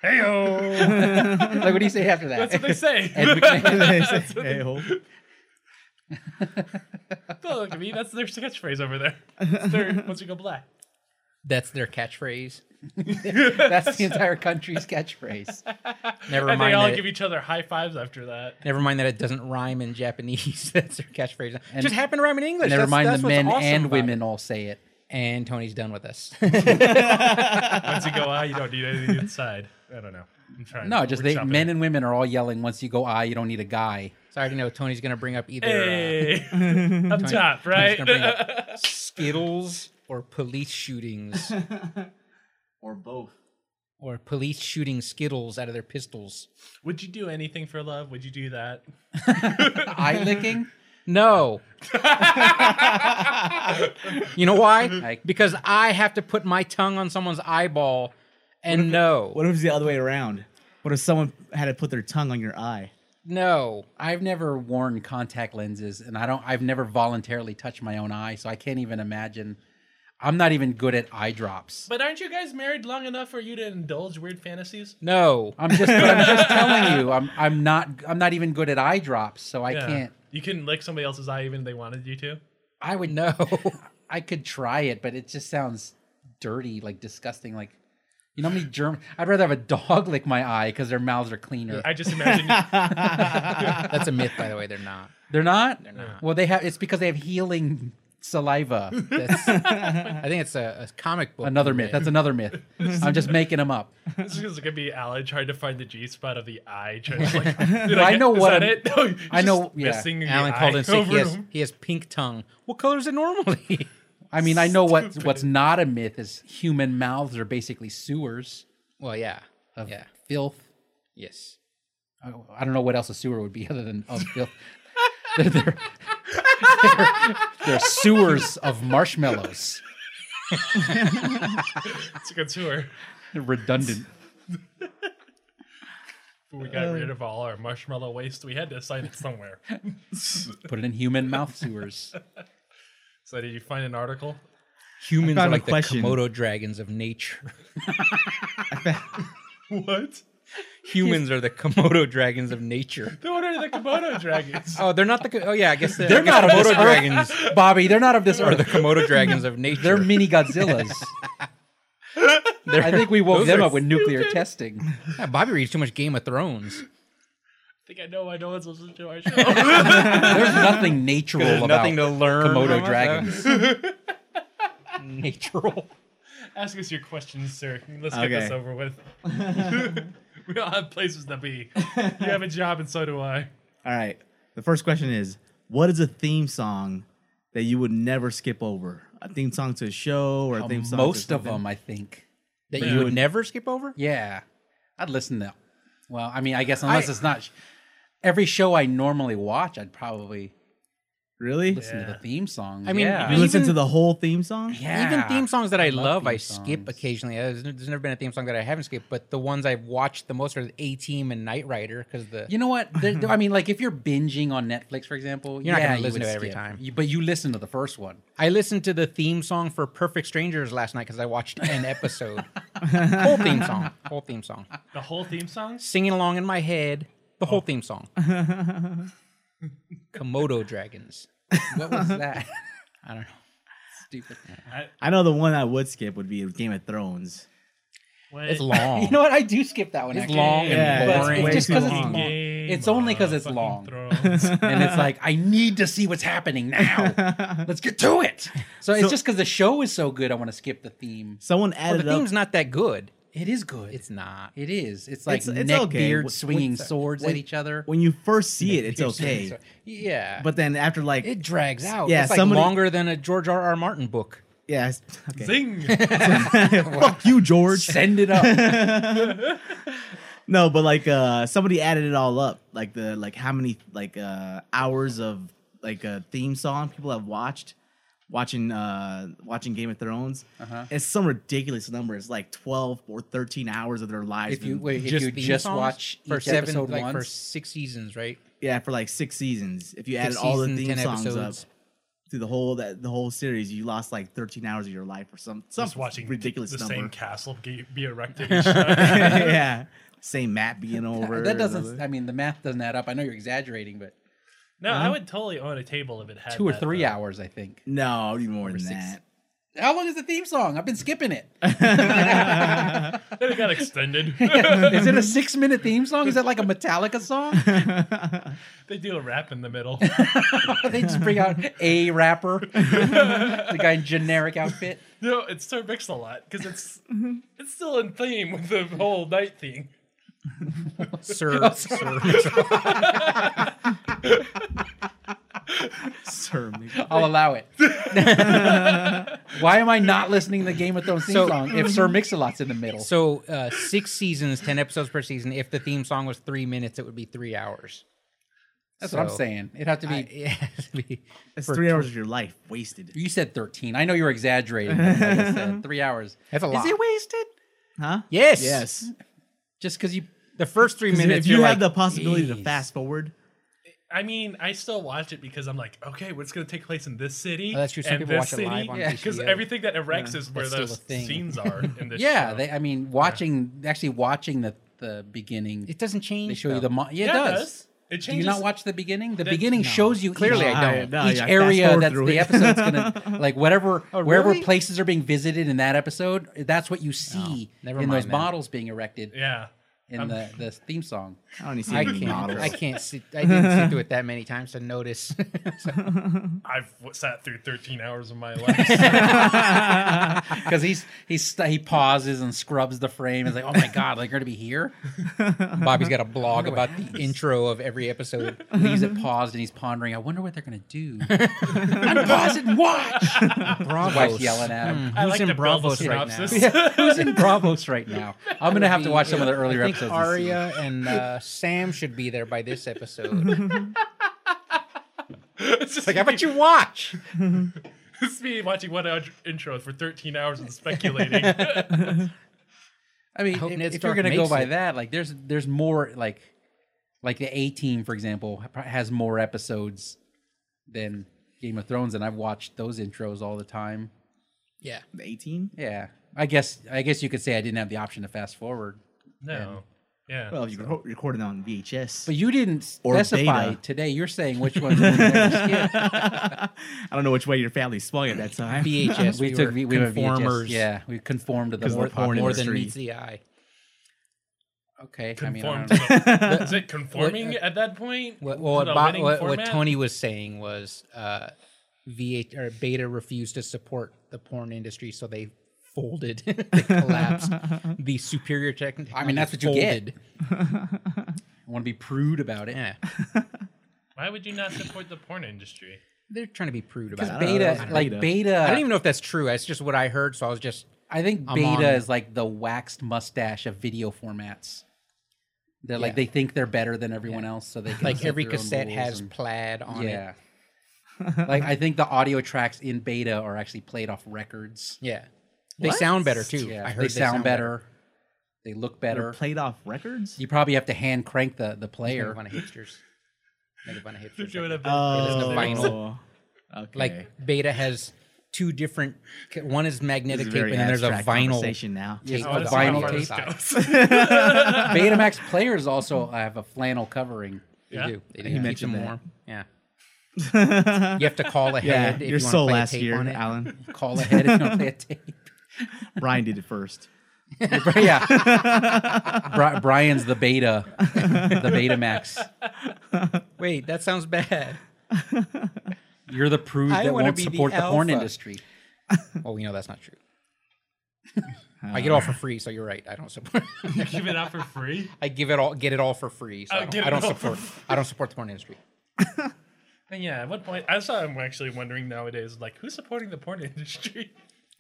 Speaker 5: like, what do you say after
Speaker 4: That's what
Speaker 5: that?
Speaker 4: they say.
Speaker 5: Ed McMahon.
Speaker 2: They say, "Hey, ho."
Speaker 4: Don't look at me. That's their catchphrase over there. It's their, once you go black.
Speaker 3: That's their catchphrase.
Speaker 5: That's the entire country's catchphrase.
Speaker 3: Never
Speaker 4: And they
Speaker 3: mind.
Speaker 4: all
Speaker 3: That
Speaker 4: give
Speaker 3: it,
Speaker 4: each other high fives after that.
Speaker 3: never mind that it doesn't rhyme in Japanese. That's their catchphrase.
Speaker 5: And-
Speaker 3: Just happened to rhyme in English.
Speaker 5: Never
Speaker 3: That's-
Speaker 5: mind
Speaker 3: that's
Speaker 5: the
Speaker 3: what's
Speaker 5: men
Speaker 3: awesome
Speaker 5: and
Speaker 3: about it.
Speaker 5: women all say it.
Speaker 3: And Tony's done with us.
Speaker 4: Once you go I, you don't need anything inside. I don't know. I'm trying.
Speaker 5: No, just they,
Speaker 4: workshop
Speaker 5: men
Speaker 4: it.
Speaker 5: and women are all yelling. Once you go, ah, you don't need a guy.
Speaker 3: so I already know Tony's gonna bring up either. uh,
Speaker 4: Hey, up top,
Speaker 3: Tony's
Speaker 4: right?
Speaker 3: gonna bring up Skittles or police shootings
Speaker 2: Or both.
Speaker 3: or police shooting Skittles out of their pistols.
Speaker 4: Would you do anything for love? Would you do that?
Speaker 5: Eye licking?
Speaker 3: No. you know why?
Speaker 5: I-
Speaker 3: because I have to put my tongue on someone's eyeball and no.
Speaker 2: What if it's the other way around? What if someone had to put their tongue on your eye?
Speaker 3: no.
Speaker 5: I've never worn contact lenses, and I don't. I've never voluntarily touched my own eye, so I can't even imagine. I'm not even good at eye drops.
Speaker 4: But aren't you guys married long enough for you to indulge weird fantasies?
Speaker 3: No.
Speaker 5: I'm just. but I'm just telling you. I'm. I'm not. I'm not even good at eye drops, so I
Speaker 4: Yeah.
Speaker 5: can't.
Speaker 4: You couldn't lick somebody else's eye even if they wanted you to.
Speaker 3: I would know.
Speaker 5: I could try it, but it just sounds dirty, like disgusting. Like, you know, how many germ. I'd rather have a dog lick my eye because their mouths are cleaner.
Speaker 4: I just imagine. You,
Speaker 3: That's a myth, by the way. They're not.
Speaker 5: They're not. They're
Speaker 3: not.
Speaker 5: Well, they have. It's because they have healing saliva.
Speaker 3: That's, I think it's a, a comic book.
Speaker 5: Another myth. That's another myth. I'm just making them up.
Speaker 4: this is gonna be Alan trying to find the G spot of the eye. Trying to like,
Speaker 5: I
Speaker 4: get-
Speaker 5: know
Speaker 4: is
Speaker 5: what
Speaker 4: that
Speaker 5: I'm-
Speaker 4: it? No, you're
Speaker 5: I know-
Speaker 4: just
Speaker 5: yeah.
Speaker 4: missing the
Speaker 3: Alan
Speaker 4: eye
Speaker 3: called in sick.
Speaker 4: over
Speaker 3: He has,
Speaker 4: him.
Speaker 3: he has pink tongue. What color is it normally?
Speaker 5: I mean, I know what what's not a myth is human mouths are basically sewers
Speaker 3: well, yeah.
Speaker 5: of
Speaker 3: Yeah.
Speaker 5: filth.
Speaker 3: Yes.
Speaker 5: I- I don't know what else a sewer would be other than of filth. they're, they're- they're sewers of marshmallows.
Speaker 4: It's a good tour.
Speaker 5: Redundant.
Speaker 4: We got
Speaker 5: Uh.
Speaker 4: rid of all our marshmallow waste. We had to assign it somewhere.
Speaker 5: Put it in human mouth sewers.
Speaker 4: so did you find an article?
Speaker 3: Humans
Speaker 2: found
Speaker 3: are
Speaker 2: a
Speaker 3: like the
Speaker 2: question.
Speaker 3: Komodo dragons of nature.
Speaker 4: What?
Speaker 3: Humans are the Komodo dragons of nature.
Speaker 4: The order of the Komodo dragons.
Speaker 3: Oh, they're not the. Ko- Oh, yeah, I guess they're,
Speaker 5: They're not of this
Speaker 3: Komodo
Speaker 5: earth.
Speaker 3: dragons
Speaker 5: Bobby, they're not of this
Speaker 3: are the
Speaker 5: earth.
Speaker 3: Komodo dragons of nature.
Speaker 5: They're mini Godzillas. I think we woke
Speaker 3: Those
Speaker 5: them
Speaker 3: are
Speaker 5: up with nuclear testing.
Speaker 3: Yeah, Bobby reads too much Game of Thrones.
Speaker 4: I think I know why no one's listening to our show.
Speaker 5: There's nothing natural
Speaker 3: There's
Speaker 5: about
Speaker 3: nothing to learn.
Speaker 5: Komodo
Speaker 3: from it.
Speaker 5: dragons.
Speaker 3: Natural.
Speaker 4: Ask us your questions, sir. Let's
Speaker 2: Okay.
Speaker 4: get this over with. we all have places to be. You have a job, and so do I.
Speaker 2: All right. The first question is What is a theme song that you would never skip over? A theme song to a show or a theme song
Speaker 5: Oh, Most
Speaker 2: to
Speaker 5: of
Speaker 2: something?
Speaker 5: them, I think.
Speaker 3: That you would never skip over?
Speaker 5: Yeah, I'd listen to. Well, I mean, I guess unless
Speaker 3: I-
Speaker 5: it's not every show I normally watch, I'd probably
Speaker 2: Really?
Speaker 5: listen to
Speaker 4: Yeah.
Speaker 5: the theme song.
Speaker 3: I mean,
Speaker 4: Yeah.
Speaker 2: You
Speaker 3: even,
Speaker 2: listen to the whole theme song?
Speaker 4: Yeah.
Speaker 3: even theme songs that I,
Speaker 5: love
Speaker 3: love, I
Speaker 5: theme
Speaker 3: skip
Speaker 5: songs.
Speaker 3: occasionally. Uh, There's, there's never been a theme song that I haven't skipped, but the ones I've watched the most are A Team and Knight Rider because the
Speaker 5: you know what? There- there- I mean, like if you're binging on Netflix, for example,
Speaker 3: You're not
Speaker 5: yeah,
Speaker 3: gonna
Speaker 5: you
Speaker 3: listen
Speaker 5: would
Speaker 3: to it every
Speaker 5: skip.
Speaker 3: time.
Speaker 5: You- but you listen to the first one.
Speaker 3: I listened to the theme song for Perfect Strangers last night because I watched an episode. whole theme song, whole theme song,
Speaker 4: The whole theme song?
Speaker 3: singing along in my head. The whole theme song. Komodo dragons.
Speaker 5: What was that?
Speaker 3: I don't know.
Speaker 5: Stupid.
Speaker 2: I know the one I would skip would be Game of Thrones.
Speaker 4: What?
Speaker 3: It's long.
Speaker 5: You know what? I do skip that one.
Speaker 3: It's
Speaker 5: actually.
Speaker 3: long and
Speaker 2: Yeah, it's
Speaker 5: boring.
Speaker 2: way
Speaker 5: Just
Speaker 2: too
Speaker 5: 'cause it's
Speaker 2: long.
Speaker 5: long. It's only 'cause it's long.
Speaker 4: Thrones.
Speaker 5: and it's like I need to see what's happening now. Let's get to it. So, it's
Speaker 2: So-
Speaker 5: just because the show is so good, I want to skip the theme.
Speaker 2: Someone
Speaker 3: Well, the
Speaker 2: added
Speaker 3: theme's
Speaker 2: up.
Speaker 3: not that good.
Speaker 5: It is good.
Speaker 3: It's not.
Speaker 5: it is. It's like
Speaker 2: It's- it's
Speaker 5: neck
Speaker 2: okay.
Speaker 5: beard
Speaker 2: What-
Speaker 5: swinging
Speaker 2: what's-
Speaker 5: swords
Speaker 2: what-
Speaker 5: at each other.
Speaker 2: when you first see it, it's okay.
Speaker 3: So- yeah.
Speaker 2: But then after like,
Speaker 3: it drags out.
Speaker 2: Yeah,
Speaker 3: it's like
Speaker 2: somebody-
Speaker 3: longer than a George R. R. Martin book.
Speaker 2: yeah, it's- okay.
Speaker 4: Zing.
Speaker 2: fuck you, George.
Speaker 5: Send it up.
Speaker 2: No, but like uh somebody added it all up, like the like how many like uh hours of like a theme song people have watched watching uh watching Game of Thrones.
Speaker 5: Uh-huh.
Speaker 2: It's some ridiculous number. It's like 12 or 13 hours of their lives.
Speaker 5: if you
Speaker 2: been-
Speaker 5: wait, if you
Speaker 3: theme
Speaker 5: just
Speaker 3: songs
Speaker 5: watch
Speaker 3: for
Speaker 5: each
Speaker 3: seven,
Speaker 5: episode
Speaker 3: like
Speaker 5: once,
Speaker 3: for six seasons, right?
Speaker 2: yeah, for like 6 seasons. If you added
Speaker 3: Six
Speaker 2: all the
Speaker 3: seasons,
Speaker 2: theme
Speaker 3: 10
Speaker 2: songs
Speaker 3: episodes.
Speaker 2: up through the whole that the whole series, you lost like 13 hours of your life or some some
Speaker 4: Just watching
Speaker 2: ridiculous
Speaker 4: the
Speaker 2: number.
Speaker 4: same castle be, be erected. each time.
Speaker 2: yeah. Same map being over.
Speaker 5: that
Speaker 2: and
Speaker 5: doesn't.
Speaker 2: all
Speaker 5: I mean, the math doesn't add up. I know you're exaggerating, but Uh,
Speaker 4: no,
Speaker 2: Uh-huh.
Speaker 4: I would totally own a table if it had
Speaker 5: two or
Speaker 4: that,
Speaker 5: three
Speaker 4: though.
Speaker 5: hours, I think.
Speaker 2: No, even more than
Speaker 5: six.
Speaker 2: that.
Speaker 5: How long is the theme song? I've been skipping it.
Speaker 4: Then it got extended.
Speaker 5: Is it a six-minute theme song? Is that like a Metallica song?
Speaker 4: they do a rap in the middle.
Speaker 5: they just bring out a rapper, the guy in generic outfit.
Speaker 4: no, it's so mixed a lot because it's
Speaker 2: Mm-hmm.
Speaker 4: it's still in theme with the whole night thing.
Speaker 3: Sir, sir.
Speaker 2: Sir, Mix-
Speaker 5: I'll allow it. Why am I not listening to Game of Thrones theme
Speaker 3: So-
Speaker 5: song if Sir Mix-a-Lot's in the middle?
Speaker 3: So uh, six seasons, ten episodes per season. If the theme song was three minutes, it would be three hours.
Speaker 5: That's what I'm
Speaker 3: So,
Speaker 5: saying. It'd have to be.
Speaker 3: I- it has to be-
Speaker 2: That's
Speaker 3: for
Speaker 2: three
Speaker 3: tw-
Speaker 2: hours of your life wasted.
Speaker 5: you said 13. I know you're exaggerating. but Like I said, three hours.
Speaker 3: That's a lot.
Speaker 5: Is it wasted?
Speaker 2: Huh?
Speaker 3: Yes.
Speaker 2: Yes.
Speaker 5: Just because you.
Speaker 3: The first three
Speaker 2: If
Speaker 3: minutes.
Speaker 2: you
Speaker 3: you're
Speaker 2: have the
Speaker 3: like,
Speaker 2: possibility to
Speaker 3: "Jeez."
Speaker 2: fast forward,
Speaker 4: I mean, I still watch it because I'm like, okay, what's going to take place in this city?
Speaker 3: Oh, that's true. Some
Speaker 4: and
Speaker 3: people
Speaker 4: this
Speaker 3: watch it
Speaker 4: city?
Speaker 3: live on
Speaker 4: Yeah, because
Speaker 3: HBO.
Speaker 4: everything that erects is where
Speaker 3: That's still
Speaker 4: those
Speaker 3: a thing.
Speaker 4: scenes are in this
Speaker 5: Yeah.
Speaker 4: show.
Speaker 5: They, I mean, watching actually watching the the beginning.
Speaker 3: It doesn't change.
Speaker 5: they show you
Speaker 3: though.
Speaker 5: the. Mo- yeah, it
Speaker 4: yeah,
Speaker 5: does.
Speaker 4: It
Speaker 5: Do you
Speaker 4: changes.
Speaker 5: not watch the beginning? The
Speaker 4: That-
Speaker 5: beginning
Speaker 4: no.
Speaker 5: shows you
Speaker 3: Clearly,
Speaker 5: each,
Speaker 3: I don't.
Speaker 2: No,
Speaker 5: each
Speaker 2: yeah,
Speaker 5: area
Speaker 2: fast-forward
Speaker 5: that's
Speaker 2: through
Speaker 5: the
Speaker 2: it.
Speaker 5: episode's gonna like whatever
Speaker 4: Oh,
Speaker 5: wherever
Speaker 3: really?
Speaker 5: places are being visited in that episode. That's what you see
Speaker 3: never
Speaker 5: in those
Speaker 3: mind then.
Speaker 5: models being erected
Speaker 4: Yeah.
Speaker 5: in
Speaker 4: I'm-
Speaker 5: the, the theme song.
Speaker 2: I don't need to see
Speaker 3: I
Speaker 2: any
Speaker 3: can't.
Speaker 2: models.
Speaker 3: I can't sit. I didn't sit through it that many times to notice.
Speaker 4: I've w- sat through 13 hours of my life.
Speaker 5: Because he's he's st- he pauses and scrubs the frame. and is like, oh my god, like going to be here.
Speaker 3: Bobby's got a blog about the intro of every episode.
Speaker 5: Leaves it paused and he's pondering. I wonder what they're gonna do. Unpause it and watch. His wife's yelling at him.
Speaker 4: I
Speaker 3: Who's
Speaker 4: like
Speaker 3: in
Speaker 4: to build the
Speaker 3: Bravos right now?
Speaker 4: synopsis.
Speaker 5: Who's in Bravos right now? I'm gonna have to watch some of the earlier
Speaker 3: I think
Speaker 5: episodes. and see.
Speaker 3: Aria and uh, Sam should be there by this episode.
Speaker 4: it's just
Speaker 3: like, how about you watch?
Speaker 4: It's me watching one hour intro for 13 hours and speculating.
Speaker 5: I mean,
Speaker 3: hope
Speaker 5: if,
Speaker 3: Ned
Speaker 5: if you're
Speaker 3: Stark
Speaker 5: gonna go
Speaker 3: makes
Speaker 5: by
Speaker 3: it.
Speaker 5: that, like there's there's more like like the A Team, for example, ha- has more episodes than Game of Thrones, and I've watched those intros all the time.
Speaker 3: Yeah.
Speaker 2: 18?
Speaker 5: Yeah, I guess I guess you could say I didn't have the option to fast forward,
Speaker 4: no. Yeah.
Speaker 2: Well, if you record recorded on VHS.
Speaker 5: but you didn't
Speaker 2: Or
Speaker 5: specify
Speaker 2: beta.
Speaker 5: today. You're saying which ones we never skipped.
Speaker 2: I don't know which way your family swung at that time.
Speaker 3: VHS.
Speaker 5: We, took we, we were VHS.
Speaker 3: conformers.
Speaker 5: Yeah, we conformed to the
Speaker 2: Because
Speaker 5: more
Speaker 2: we're porn
Speaker 5: popular.
Speaker 3: More than
Speaker 2: industry.
Speaker 3: meets the eye.
Speaker 5: Okay, I mean, I
Speaker 4: Conform
Speaker 5: don't know.
Speaker 4: to the- is it conforming at that point?
Speaker 3: What,
Speaker 4: To
Speaker 3: well, what,
Speaker 4: the
Speaker 3: Bob,
Speaker 4: winning
Speaker 3: what, what
Speaker 4: format?
Speaker 3: Tony was saying was uh, VH or Beta refused to support the porn industry, so they folded, they collapsed. the superior tech.
Speaker 5: I mean, that's what you
Speaker 3: folded.
Speaker 5: get. I want to be prude about it.
Speaker 3: Yeah,
Speaker 4: Why would you not support the porn industry?
Speaker 3: they're trying to be prude
Speaker 5: Because
Speaker 3: about it.
Speaker 2: that
Speaker 5: beta,
Speaker 2: was
Speaker 5: like
Speaker 2: beta.
Speaker 5: beta,
Speaker 3: I don't even know if that's true. That's just what I heard. So I was just
Speaker 5: I think
Speaker 3: I'm
Speaker 5: beta
Speaker 3: on-
Speaker 5: is like the waxed mustache of video formats. They're like
Speaker 3: Yeah.
Speaker 5: they think they're better than everyone
Speaker 3: Yeah.
Speaker 5: else, so they can
Speaker 3: like
Speaker 5: set
Speaker 3: every
Speaker 5: their own
Speaker 3: cassette
Speaker 5: rules
Speaker 3: has
Speaker 5: and-
Speaker 3: plaid on
Speaker 5: yeah. like I think the audio tracks in beta are actually played off records.
Speaker 3: Yeah. They sound better too.
Speaker 5: Yeah,
Speaker 3: I heard
Speaker 5: they, sound, better. They look
Speaker 2: They're
Speaker 5: better.
Speaker 2: played off records.
Speaker 5: you probably have to hand crank the the
Speaker 3: Making
Speaker 5: player.
Speaker 3: fun of hipsters. Making fun of
Speaker 4: They're
Speaker 3: hipsters.
Speaker 4: doing a
Speaker 3: It is the final.
Speaker 2: Oh, Okay.
Speaker 3: Like Beta has two different. One is
Speaker 2: This
Speaker 3: magnetic
Speaker 2: is
Speaker 3: tape,
Speaker 2: very
Speaker 3: and then there's a
Speaker 2: abstract
Speaker 3: vinyl tape.
Speaker 2: conversation now.
Speaker 5: Yeah.
Speaker 4: Oh,
Speaker 3: Oh,
Speaker 4: I
Speaker 5: a
Speaker 4: wanna see how
Speaker 5: vinyl
Speaker 4: far this
Speaker 5: tape.
Speaker 4: goes.
Speaker 5: Betamax players also have a flannel covering.
Speaker 3: They
Speaker 4: Yeah.
Speaker 3: do. They do.
Speaker 2: You
Speaker 3: Keep
Speaker 2: mentioned
Speaker 3: them
Speaker 2: that.
Speaker 3: warm. Yeah. You have to call ahead.
Speaker 2: yeah,
Speaker 3: if
Speaker 2: your
Speaker 3: you wanna
Speaker 2: soul
Speaker 3: play a
Speaker 2: last
Speaker 3: tape
Speaker 2: year,
Speaker 3: on it.
Speaker 2: Alan.
Speaker 5: Call ahead if you want to play a tape.
Speaker 2: Brian did it first.
Speaker 5: yeah. Bri- Brian's the beta, the Betamax.
Speaker 3: Wait, that sounds bad.
Speaker 5: You're the prude
Speaker 3: I
Speaker 5: that
Speaker 3: wanna
Speaker 5: won't
Speaker 3: be the
Speaker 5: support the, porn
Speaker 3: alpha.
Speaker 5: industry.
Speaker 3: Well, we know that's not true. I get it all
Speaker 2: Uh.
Speaker 3: for free, so you're right. I don't support.
Speaker 4: Give it out for free.
Speaker 3: I give it all, get it all for free. So
Speaker 4: Oh,
Speaker 3: I
Speaker 4: get
Speaker 3: don't,
Speaker 4: it
Speaker 3: I don't
Speaker 4: all for
Speaker 3: support. I don't support the porn industry.
Speaker 4: And yeah, at what point? That's what I'm actually wondering nowadays. Like, who's supporting the porn industry?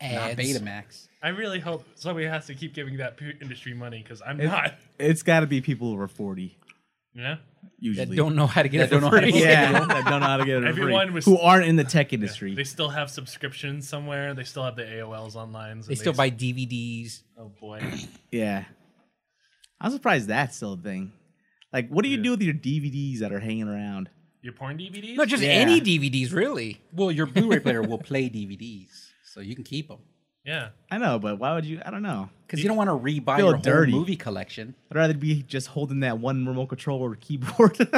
Speaker 5: Not
Speaker 3: Ads.
Speaker 5: Betamax.
Speaker 4: I really hope somebody has to keep giving that p- industry money because I'm not.
Speaker 2: It's got to be people over forty
Speaker 4: You know,
Speaker 2: usually.
Speaker 3: That don't know how to get it
Speaker 5: That
Speaker 3: for
Speaker 5: don't know how to
Speaker 3: free.
Speaker 5: get
Speaker 2: yeah, that don't know how to get it. for
Speaker 4: Everyone
Speaker 2: free,
Speaker 4: was-
Speaker 2: who aren't in the tech industry.
Speaker 4: they still have subscriptions somewhere. They still have the AOLs online.
Speaker 3: They still buy DVDs.
Speaker 4: Oh boy,
Speaker 2: yeah, I'm surprised that's still a thing. Like, what do you do with your DVDs that are hanging around?
Speaker 4: your porn DVDs.
Speaker 3: No, just
Speaker 2: Yeah.
Speaker 3: any DVDs, really.
Speaker 5: Well, your Blu-ray player will play DVDs, so you can keep them
Speaker 4: yeah.
Speaker 2: I know, but why would you? I don't know.
Speaker 5: because you don't want to rebuy
Speaker 2: Feel
Speaker 5: your
Speaker 2: dirty.
Speaker 5: whole movie collection.
Speaker 2: I'd rather be just holding that one remote control or keyboard.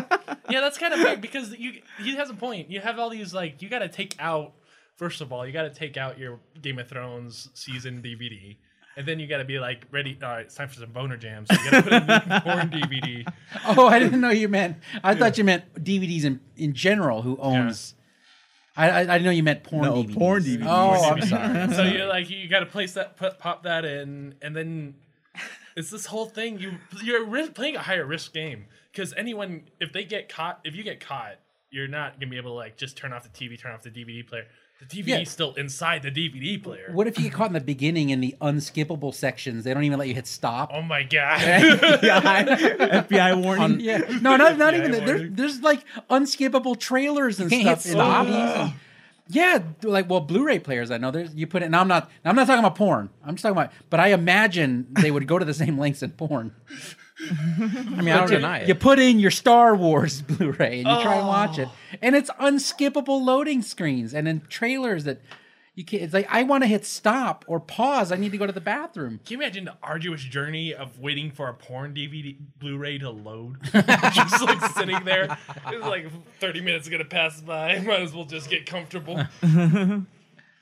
Speaker 4: yeah, that's kind of weird because you he has a point. You have all these like you got to take out. First of all, you got to take out your Game of Thrones season DVD, and then you got to be like ready. All right, it's time for some boner jams. So you got to put in the porn DVD.
Speaker 5: Oh, I didn't know you meant. I thought you meant DVDs in, in general. Who owns? I, I I didn't know you meant porn.
Speaker 2: No,
Speaker 5: DVDs.
Speaker 2: porn DVDs.
Speaker 5: Oh, I'm
Speaker 4: DVD.
Speaker 5: sorry.
Speaker 4: So you're like you got to place that, put, pop that in, and then it's this whole thing. You you're ri- playing a higher risk game because anyone, if they get caught, if you get caught, you're not gonna be able to like just turn off the TV, turn off the DVD player. The DVD's
Speaker 5: Yeah.
Speaker 4: still inside the DVD player.
Speaker 5: What if you get caught in the beginning in the unskippable sections? They don't even let you hit stop.
Speaker 4: Oh my god!
Speaker 3: Oh,
Speaker 2: FBI, FBI warning.
Speaker 5: yeah, no, not not
Speaker 4: Yeah,
Speaker 5: even
Speaker 4: I
Speaker 5: that. There,
Speaker 4: wonder.
Speaker 5: there's like unskippable trailers and
Speaker 3: You can't
Speaker 5: stuff.
Speaker 3: hit
Speaker 5: in
Speaker 3: stop.
Speaker 5: movies. Yeah, like well, Blu-ray players. I know there's you put it. And I'm not. I'm not talking about porn. I'm just talking about. But I imagine they would go to the same lengths in porn.
Speaker 3: I mean, I don't deny
Speaker 5: You
Speaker 3: it.
Speaker 5: put in your Star Wars Blu-ray and you try and watch it,
Speaker 3: Oh.
Speaker 5: and it's unskippable loading screens and then trailers that you can't. It's like I want to hit stop or pause. I need to go to the bathroom.
Speaker 4: Can you imagine the arduous journey of waiting for a porn DVD Blu-ray to load? just like sitting there, it's like thirty minutes is gonna pass by. Might as well just get comfortable.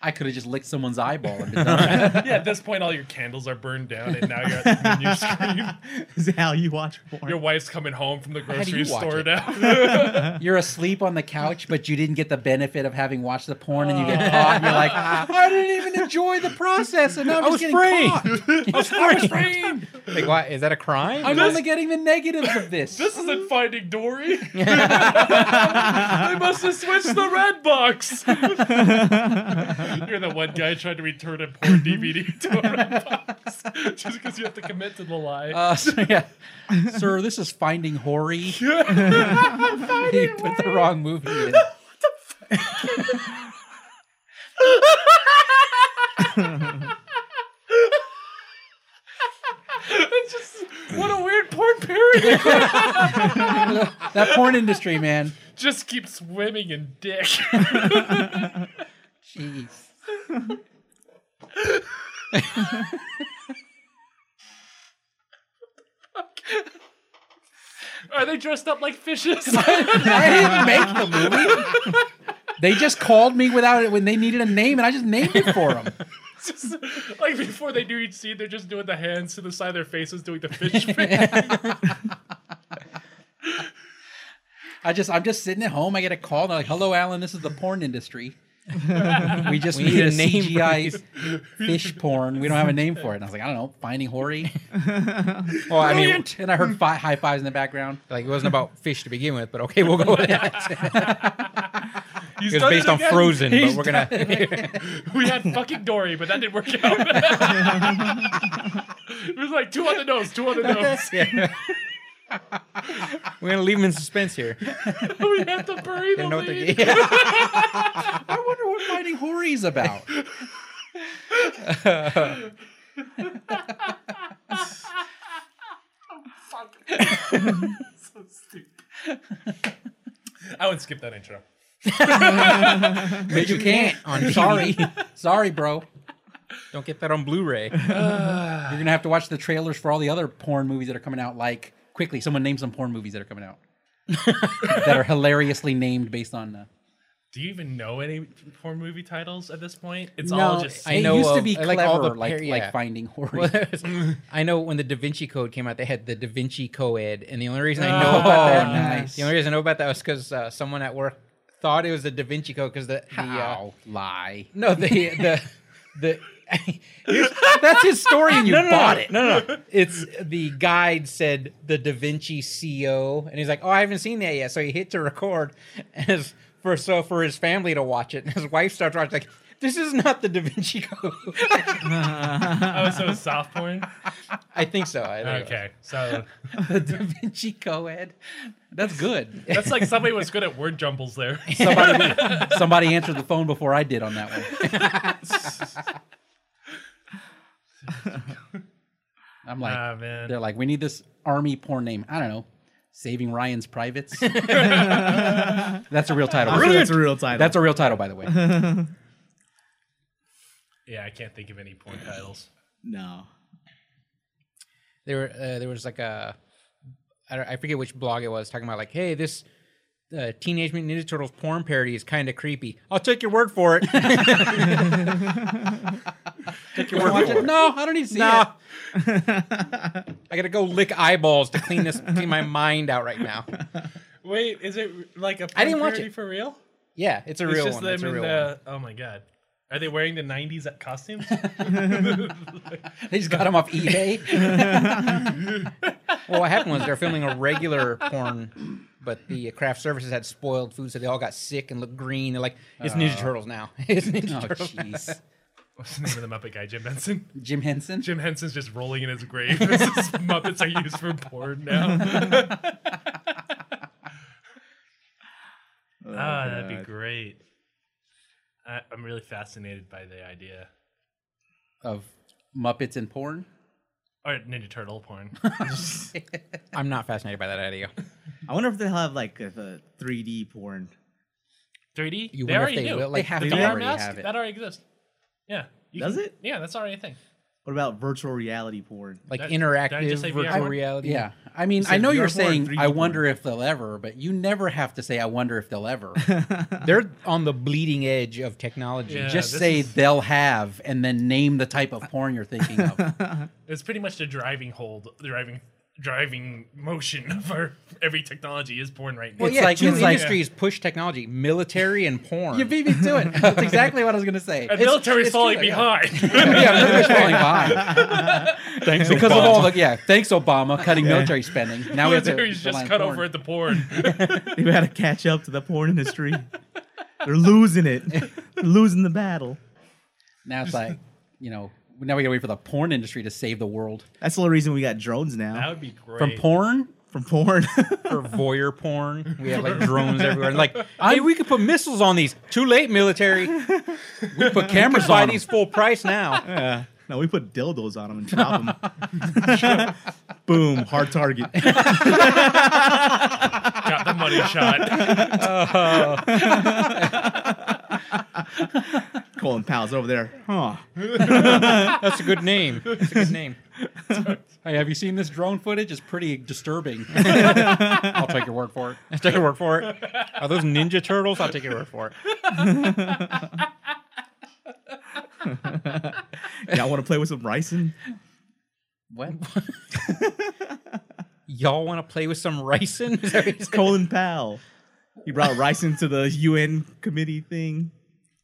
Speaker 5: I could have just licked someone's eyeball. And been done.
Speaker 4: yeah, at this point, all your candles are burned down, and now you're at the menu screen.
Speaker 2: Is that how you watch porn?
Speaker 4: Your wife's coming home from the
Speaker 3: do you
Speaker 4: grocery
Speaker 3: watch
Speaker 4: store
Speaker 3: it?
Speaker 4: now.
Speaker 5: You're asleep on the couch, but you didn't get the benefit of having watched the porn, and you get caught. And you're like, I didn't even enjoy the process, and now I'm just getting caught.
Speaker 3: Like, why is that a crime?
Speaker 5: I'm only getting the negatives of this.
Speaker 4: this isn't Finding Dory. they must have switched the red box. you're the one guy trying to return a porn DVD to a red box just because you have to commit to the lie.
Speaker 5: Uh, so, yeah. Sir, this is Finding Hori. you put the wrong movie in.
Speaker 4: it's just what a weird porn period.
Speaker 5: That porn industry, man.
Speaker 4: just keep swimming in dick.
Speaker 5: Jeez.
Speaker 4: Are they dressed up like fishes?
Speaker 5: I didn't make the movie. They just called me without it when they needed a name, and I just named it for them.
Speaker 4: Just, like before they do each scene, they're just doing the hands to the side of their faces, doing the fish. fin.
Speaker 5: I just, I'm just sitting at home. I get a call. They're like, "Hello, Alan. This is the porn industry. We just
Speaker 3: We
Speaker 5: need,
Speaker 3: need
Speaker 5: a,
Speaker 3: a name for
Speaker 5: CGI fish porn. We don't have a name for it." And I was like, "I don't know. Finding Hori."
Speaker 3: well, I mean,
Speaker 5: And I heard fi- high fives in the background.
Speaker 3: like it wasn't about fish to begin with, but okay, we'll go with that.
Speaker 4: He's
Speaker 3: It was
Speaker 4: done
Speaker 3: based
Speaker 4: it
Speaker 3: on
Speaker 4: again.
Speaker 3: Frozen,
Speaker 5: He's
Speaker 3: but we're gonna.
Speaker 4: We had fucking Dory, but that didn't work out. it was like two on the nose, two on the nose.
Speaker 3: Yeah. We're gonna leave him in suspense here.
Speaker 4: we have to bury the
Speaker 3: Didn't know what
Speaker 4: lead.
Speaker 3: the- Yeah.
Speaker 5: I wonder what fighting Hori's about.
Speaker 4: so stupid. I would skip that intro.
Speaker 5: But you can't on sorry. sorry, bro.
Speaker 3: Don't get that on Blu-ray.
Speaker 5: You're gonna have to watch the trailers for all the other porn movies that are coming out. Like quickly, someone name some porn movies that are coming out that are hilariously named based on. Uh,
Speaker 4: Do you even know any porn movie titles at this point? It's
Speaker 5: no,
Speaker 4: all just
Speaker 3: I
Speaker 5: it
Speaker 3: know
Speaker 5: used to
Speaker 3: of-
Speaker 5: be
Speaker 3: I
Speaker 5: clever,
Speaker 3: like
Speaker 5: like,
Speaker 3: all the
Speaker 5: like,
Speaker 3: par- yeah.
Speaker 5: Finding Hori.
Speaker 3: Well, there's- I know when the Da Vinci Code came out, they had the Da Vinci Coed, and the only reason I know about that,
Speaker 5: Oh, nice.
Speaker 3: the only reason I know about that was because uh, someone at work thought it was the Da Vinci Code because the, the uh,
Speaker 5: How? lie.
Speaker 3: no the the the. That's his story, and you bought it. No, no, it's the guide said the Da Vinci Co, and he's like, "Oh, I haven't seen that yet." So he hit to record, as for so for his family to watch it. And his wife starts watching, like, "This is not the Da Vinci Code."
Speaker 4: oh, so it's soft porn.
Speaker 3: I think so. I think it was.
Speaker 4: Okay, so
Speaker 5: The Da Vinci Coed. That's good.
Speaker 4: that's like somebody was good at word jumbles there.
Speaker 5: Somebody, somebody answered the phone before I did on that one. I'm like,
Speaker 4: Ah man,
Speaker 5: they're like, we need this army porn name. I don't know. Saving Ryan's Privates. That's a real title.
Speaker 2: I'm sure that's a real title.
Speaker 5: That's a real title, by the way.
Speaker 4: yeah, I can't think of any porn titles.
Speaker 2: no.
Speaker 3: there were uh, there was like a I, don't, I forget which blog it was talking about like hey this uh, teenage mutant ninja turtles porn parody is kind of creepy i'll take your word for it take your word
Speaker 5: Watch
Speaker 3: for
Speaker 5: it.
Speaker 3: it
Speaker 5: No, I don't need to see
Speaker 3: no
Speaker 5: it.
Speaker 3: i gotta go lick eyeballs to clean this clean my mind out right now
Speaker 4: Wait, is it like a porn
Speaker 3: didn't watch
Speaker 4: parody
Speaker 3: it.
Speaker 4: for real?
Speaker 3: yeah it's a
Speaker 4: It's
Speaker 3: real
Speaker 4: just
Speaker 3: one
Speaker 4: them
Speaker 3: it's a
Speaker 4: in
Speaker 3: real one
Speaker 4: the. Oh my god, are they wearing the '90s costumes?
Speaker 5: They just got him off eBay.
Speaker 3: well what happened was they're filming a regular porn but the uh, craft services had spoiled food so they all got sick and looked green they're like it's ninja
Speaker 4: Uh.
Speaker 3: turtles now it's ninja
Speaker 5: Oh,
Speaker 3: turtles
Speaker 5: jeez.
Speaker 4: What's the name of the Muppet guy? Jim Henson.
Speaker 5: Jim Henson.
Speaker 4: Jim Henson's just rolling in his grave. This is- Muppets are used for porn now.
Speaker 2: Oh,
Speaker 4: Ah, that'd be
Speaker 2: God.
Speaker 4: great. I, I'm really fascinated by the idea.
Speaker 5: of Muppets and porn.
Speaker 4: Or Ninja Turtle porn.
Speaker 3: i'm not fascinated by that idea
Speaker 2: I wonder if they'll have like if a 3D porn.
Speaker 4: 3D?
Speaker 3: You
Speaker 4: they
Speaker 3: wonder if
Speaker 4: already
Speaker 3: they
Speaker 4: do.
Speaker 3: will- like,
Speaker 4: They
Speaker 5: have
Speaker 4: the
Speaker 5: to
Speaker 4: VR
Speaker 5: already
Speaker 4: mask,
Speaker 5: have it.
Speaker 4: That already exists. Yeah. You
Speaker 2: Does
Speaker 4: can-
Speaker 2: it?
Speaker 4: Yeah, that's already a thing.
Speaker 2: What about virtual reality porn?
Speaker 3: like
Speaker 4: That- did I
Speaker 3: interactive
Speaker 4: just say VR
Speaker 3: virtual
Speaker 4: one?
Speaker 3: reality.
Speaker 5: Yeah. I mean,
Speaker 2: said
Speaker 5: I know
Speaker 2: VR
Speaker 5: you're
Speaker 2: porn,
Speaker 5: saying,
Speaker 2: 3D
Speaker 5: I wonder if they'll ever, but you never have to say, I wonder if they'll ever.
Speaker 3: they're on the bleeding edge of technology.
Speaker 4: Yeah.
Speaker 5: Just
Speaker 4: Uh, this
Speaker 5: say
Speaker 4: is-
Speaker 5: they'll have and then name the type of porn you're thinking of.
Speaker 4: It's pretty much the driving hold, driving driving motion for every technology is porn right now.
Speaker 3: Well,
Speaker 5: It's
Speaker 3: yeah,
Speaker 5: like-
Speaker 3: two
Speaker 5: it's like-
Speaker 3: industries push technology: military and porn.
Speaker 5: you beat me to it. That's exactly what I was going to say.
Speaker 4: and military's
Speaker 3: it's
Speaker 4: falling
Speaker 3: true,
Speaker 4: behind.
Speaker 5: yeah, military's falling behind.
Speaker 3: Thanks
Speaker 5: Because of all the, yeah, thanks, Obama, cutting military spending. Now we have to
Speaker 4: military's just
Speaker 5: rely on
Speaker 4: cut
Speaker 5: porn.
Speaker 4: over at the porn.
Speaker 2: They've got to catch up to the porn industry. They're losing it. They're losing the battle.
Speaker 5: Now it's like, you know, now we got to wait for the porn industry to save the world.
Speaker 2: That's the only reason we got drones now
Speaker 4: that would be great.
Speaker 5: From porn?
Speaker 2: from porn.
Speaker 3: for voyeur porn. We have like drones everywhere. And like, hey, we could put missiles on these. Too late, military.
Speaker 5: We put cameras
Speaker 3: Buy
Speaker 5: on
Speaker 3: these
Speaker 5: these.
Speaker 3: full price now.
Speaker 2: yeah. No, we put dildos on them and drop them. Boom, hard target.
Speaker 4: Got the money shot.
Speaker 2: Colin Powell's over there. Huh.
Speaker 3: That's a good name. That's a good name.
Speaker 5: Hey, have you seen this drone footage? It's pretty disturbing. I'll take your word for it.
Speaker 3: I'll take your word for it. Are those Ninja Turtles? I'll take your word for it.
Speaker 2: Y'all want to play with some ricin?
Speaker 5: What?
Speaker 3: Y'all want to play with some ricin? Is that what you
Speaker 2: It's
Speaker 3: said?
Speaker 2: Colin Powell. He brought ricin to the UN committee thing.